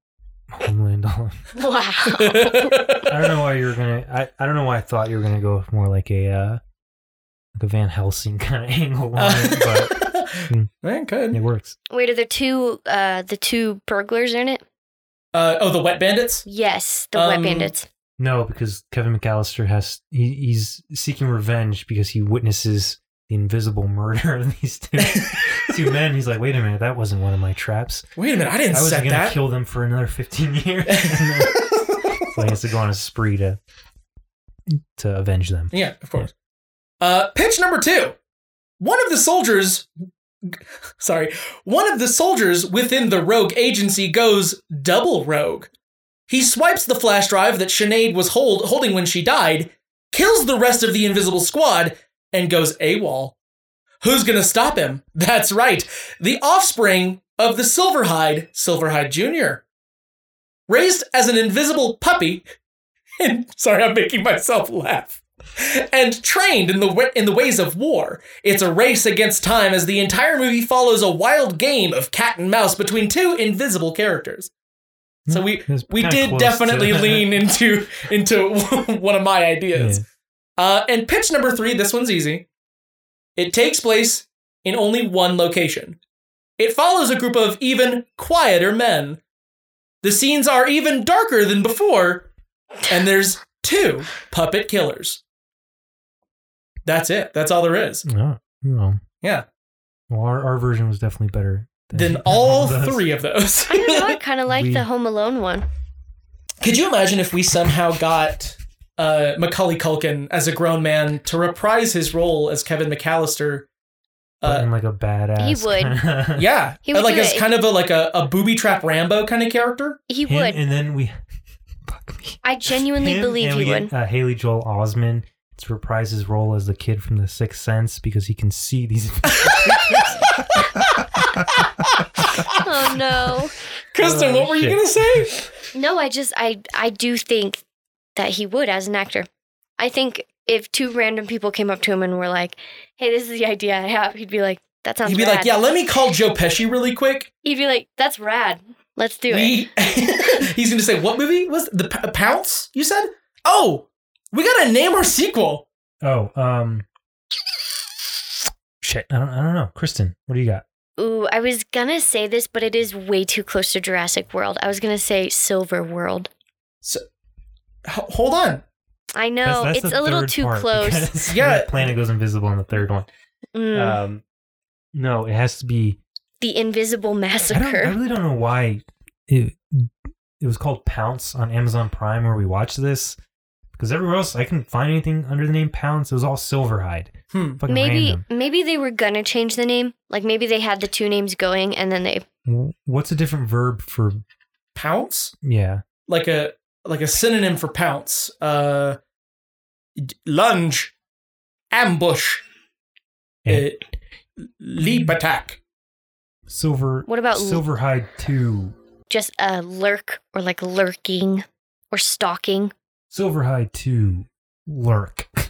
[SPEAKER 2] Homeland. Alone.
[SPEAKER 3] Wow.
[SPEAKER 1] I
[SPEAKER 2] I don't know why you were gonna. I, I don't know why I thought you were gonna go with more like a uh, like a Van Helsing kind of angle on it, but hmm.
[SPEAKER 1] Man,
[SPEAKER 2] it
[SPEAKER 1] could.
[SPEAKER 2] works.
[SPEAKER 3] Wait, are the two uh the two burglars in it?
[SPEAKER 1] Uh, oh, the Wet Bandits?
[SPEAKER 3] Yes, the wet
[SPEAKER 1] Um,
[SPEAKER 3] bandits.
[SPEAKER 2] No, because Kevin McAllister has he, he's seeking revenge because he witnesses the invisible murder of these two two men. He's like, wait a minute, that wasn't one of my traps.
[SPEAKER 1] Wait a minute, I didn't
[SPEAKER 2] I was
[SPEAKER 1] set
[SPEAKER 2] gonna
[SPEAKER 1] that.
[SPEAKER 2] kill them for another fifteen years. And then- so he has to go on a spree to to avenge them.
[SPEAKER 1] yeah, of course. Uh, pitch number two. One of the soldiers, sorry, one of the soldiers within the rogue agency goes double rogue. He swipes the flash drive that Sinead was hold, holding when she died, kills the rest of the invisible squad, and goes AWOL. Who's gonna stop him? That's right, the offspring of the Silverhide, Silverhide Jr. Raised as an invisible puppy, and sorry, I'm making myself laugh. and trained in the wa- in the ways of war. It's a race against time as the entire movie follows a wild game of cat and mouse between two invisible characters. So we
[SPEAKER 2] It's
[SPEAKER 1] we
[SPEAKER 2] kinda
[SPEAKER 1] did
[SPEAKER 2] close
[SPEAKER 1] definitely
[SPEAKER 2] to-
[SPEAKER 1] lean into into one of my
[SPEAKER 2] Yeah.
[SPEAKER 1] ideas. Uh, and pitch number three, this one's easy. It takes place in only one location. It follows a group of even quieter men. The scenes are even darker than before, and there's two puppet killers. That's it. That's all there is.
[SPEAKER 2] No, Oh, no.
[SPEAKER 1] Yeah.
[SPEAKER 2] Well, our, our version was definitely better
[SPEAKER 1] Then all
[SPEAKER 2] those.
[SPEAKER 1] three of those.
[SPEAKER 3] I don't know. I kind of like
[SPEAKER 2] We-
[SPEAKER 3] the Home Alone one.
[SPEAKER 1] Could you imagine if we somehow got uh, Macaulay Culkin as a grown man to reprise his role as Kevin McAllister?
[SPEAKER 2] But
[SPEAKER 1] Uh,
[SPEAKER 2] in like a badass.
[SPEAKER 3] he would.
[SPEAKER 2] kinda-
[SPEAKER 1] Yeah,
[SPEAKER 3] He would
[SPEAKER 1] like
[SPEAKER 3] do
[SPEAKER 1] as
[SPEAKER 3] it.
[SPEAKER 1] kind of a like a, a booby trap Rambo kind of character.
[SPEAKER 3] He
[SPEAKER 2] Him,
[SPEAKER 3] would.
[SPEAKER 2] And then we. Fuck me.
[SPEAKER 3] I genuinely
[SPEAKER 2] Him,
[SPEAKER 3] believe
[SPEAKER 2] and
[SPEAKER 3] he
[SPEAKER 2] we
[SPEAKER 3] would.
[SPEAKER 2] get, Uh, Haley Joel Osment to reprise his role as the kid from The Sixth Sense because he can see these.
[SPEAKER 3] oh no.
[SPEAKER 1] Kristen,
[SPEAKER 2] Oh,
[SPEAKER 1] what were you
[SPEAKER 2] shit.
[SPEAKER 1] gonna say?
[SPEAKER 3] No, I just I I do think that he would as an actor. I think if two random people came up to him and were like, "Hey, this is the idea I have," he'd be like, "That sounds."
[SPEAKER 1] He'd be
[SPEAKER 3] rad.
[SPEAKER 1] like, yeah, let me call Joe Pesci really quick.
[SPEAKER 3] He'd be like, "That's rad. Let's do it."
[SPEAKER 1] We- He's gonna say, what movie was the P- Pounce? You said? Oh, we gotta name our sequel.
[SPEAKER 2] oh, um. Shit, I don't, I don't know. Kristen, what do you got?
[SPEAKER 3] Ooh, I was gonna say this, but it is way too close to Jurassic World. I was gonna say Silver World.
[SPEAKER 1] H- hold on.
[SPEAKER 3] I know
[SPEAKER 2] That's- that's
[SPEAKER 3] it's
[SPEAKER 2] the
[SPEAKER 3] a little
[SPEAKER 2] third
[SPEAKER 3] too
[SPEAKER 2] part
[SPEAKER 3] close.
[SPEAKER 2] because
[SPEAKER 1] Yeah.
[SPEAKER 2] the planet goes invisible in the third one.
[SPEAKER 3] Mm,
[SPEAKER 2] Um, no, it has to be.
[SPEAKER 3] the Invisible
[SPEAKER 2] I, don't, I
[SPEAKER 3] Massacre.
[SPEAKER 2] really don't know why it it was called Pounce on Amazon Prime where we watched this because everywhere else I couldn't find anything under the name Pounce. It was all Silverhide.
[SPEAKER 1] Hmm.
[SPEAKER 2] Fucking
[SPEAKER 3] Maybe
[SPEAKER 2] random.
[SPEAKER 3] maybe they were gonna change the name. Like maybe they had the two names going, and then they
[SPEAKER 2] W- What's a different verb for
[SPEAKER 1] Pounce?
[SPEAKER 2] yeah?
[SPEAKER 1] Like a like a synonym for pounce. Uh, d- lunge, ambush,
[SPEAKER 2] Yeah.
[SPEAKER 1] uh, leap attack.
[SPEAKER 2] Silver.
[SPEAKER 3] What about l-
[SPEAKER 2] Silverhide Two?
[SPEAKER 3] just uh, lurk or like lurking or stalking.
[SPEAKER 2] Silverhide Two. Lurk.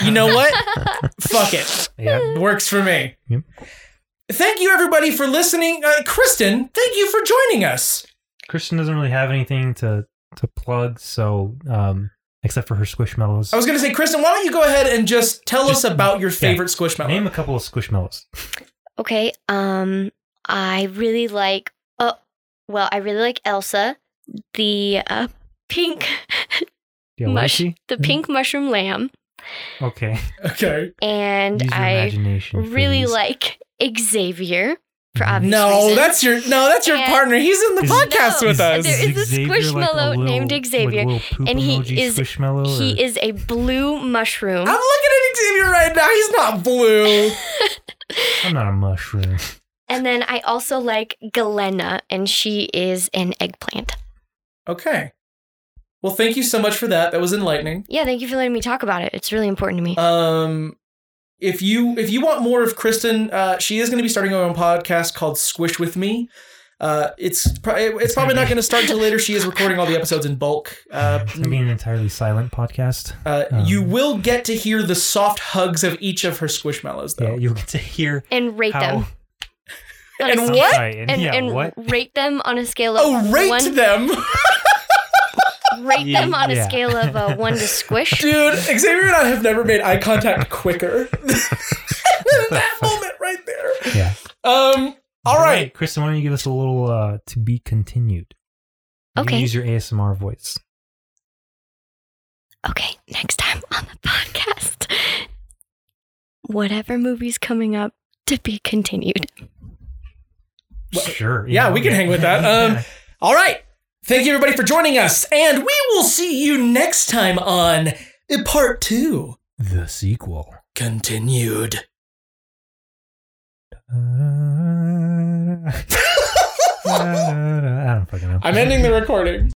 [SPEAKER 1] You know what? Fuck it.
[SPEAKER 2] yeah.
[SPEAKER 1] Works for me.
[SPEAKER 2] Yep.
[SPEAKER 1] Thank you, everybody, for listening. Uh, Kristen, thank you for joining us.
[SPEAKER 2] Kristen doesn't really have anything to to plug, so um, except for her squishmallows.
[SPEAKER 1] I
[SPEAKER 3] Oh,
[SPEAKER 1] was going to say, Kristen, why don't you go ahead and just tell
[SPEAKER 2] Just-
[SPEAKER 1] us about your favorite squishmallow?
[SPEAKER 2] Name a couple of squishmallows.
[SPEAKER 3] Okay. Um, I really like. Oh, well, I really like Elsa, the uh, pink,
[SPEAKER 2] Yeah, what is
[SPEAKER 3] Mush.
[SPEAKER 2] she?
[SPEAKER 1] Mm.
[SPEAKER 3] the pink mushroom lamb,
[SPEAKER 2] Okay.
[SPEAKER 1] okay.
[SPEAKER 3] and
[SPEAKER 2] Use your
[SPEAKER 3] I
[SPEAKER 2] imagination. for
[SPEAKER 3] really
[SPEAKER 2] these.
[SPEAKER 1] imagination,
[SPEAKER 3] like Xavier for
[SPEAKER 2] Mhm.
[SPEAKER 3] obvious
[SPEAKER 1] No,
[SPEAKER 3] reasons.
[SPEAKER 1] that's your no, that's your
[SPEAKER 3] And-
[SPEAKER 1] partner. He's in the
[SPEAKER 2] Is-
[SPEAKER 1] podcast
[SPEAKER 3] No,
[SPEAKER 1] with us.
[SPEAKER 3] there is a
[SPEAKER 2] Xavier a
[SPEAKER 3] squishmallow named Xavier,
[SPEAKER 2] like little poop
[SPEAKER 3] and he
[SPEAKER 2] emoji
[SPEAKER 3] is-
[SPEAKER 1] Oh,
[SPEAKER 2] squishmallow.
[SPEAKER 3] He
[SPEAKER 2] or-
[SPEAKER 3] is a blue mushroom.
[SPEAKER 1] I'm looking at Xavier right now. He's not blue.
[SPEAKER 2] I'm not a mushroom.
[SPEAKER 3] And then I also like Galena, and she is an eggplant.
[SPEAKER 1] okay. Well, thank you so much for that. That was enlightening.
[SPEAKER 3] Yeah, thank you for letting me talk about it. It's really important to me.
[SPEAKER 1] Um, if you if you want more of Kristen, uh, she is going to be starting her own podcast called Squish with Me. Uh, it's pro- it's probably not going to start till later. She is recording all the episodes in bulk. Uh,
[SPEAKER 2] it's gonna be an entirely silent podcast.
[SPEAKER 1] uh,
[SPEAKER 2] um,
[SPEAKER 1] you will get to hear the soft hugs of each of her squishmallows,
[SPEAKER 2] Yeah,
[SPEAKER 1] though.
[SPEAKER 2] you'll get to hear
[SPEAKER 3] and rate
[SPEAKER 2] how.
[SPEAKER 3] them. on a
[SPEAKER 1] And
[SPEAKER 3] scale-
[SPEAKER 1] what?
[SPEAKER 2] I'm sorry, and,
[SPEAKER 3] And,
[SPEAKER 2] yeah,
[SPEAKER 3] and
[SPEAKER 2] what?
[SPEAKER 3] rate them on a scale of
[SPEAKER 1] Oh, rate
[SPEAKER 3] one,
[SPEAKER 1] them,
[SPEAKER 3] rate them on
[SPEAKER 2] Yeah.
[SPEAKER 3] a scale of uh, one to squish.
[SPEAKER 1] dude. Xavier and I have never made eye contact quicker than that moment right there.
[SPEAKER 2] Yeah.
[SPEAKER 1] Um. All right.
[SPEAKER 2] Kristen, why don't you give us a little uh, to be continued? You can
[SPEAKER 3] Okay.
[SPEAKER 2] Use your ASMR voice.
[SPEAKER 3] Okay, next time on the podcast, whatever movie's coming up to be continued.
[SPEAKER 1] Well,
[SPEAKER 2] Sure.
[SPEAKER 1] yeah, we can hang with that. Um, All right. Thank you, everybody, for joining us. And we will see you next time on part two
[SPEAKER 2] the sequel.
[SPEAKER 1] continued.
[SPEAKER 2] I don't fucking know.
[SPEAKER 1] I'm ending the recording.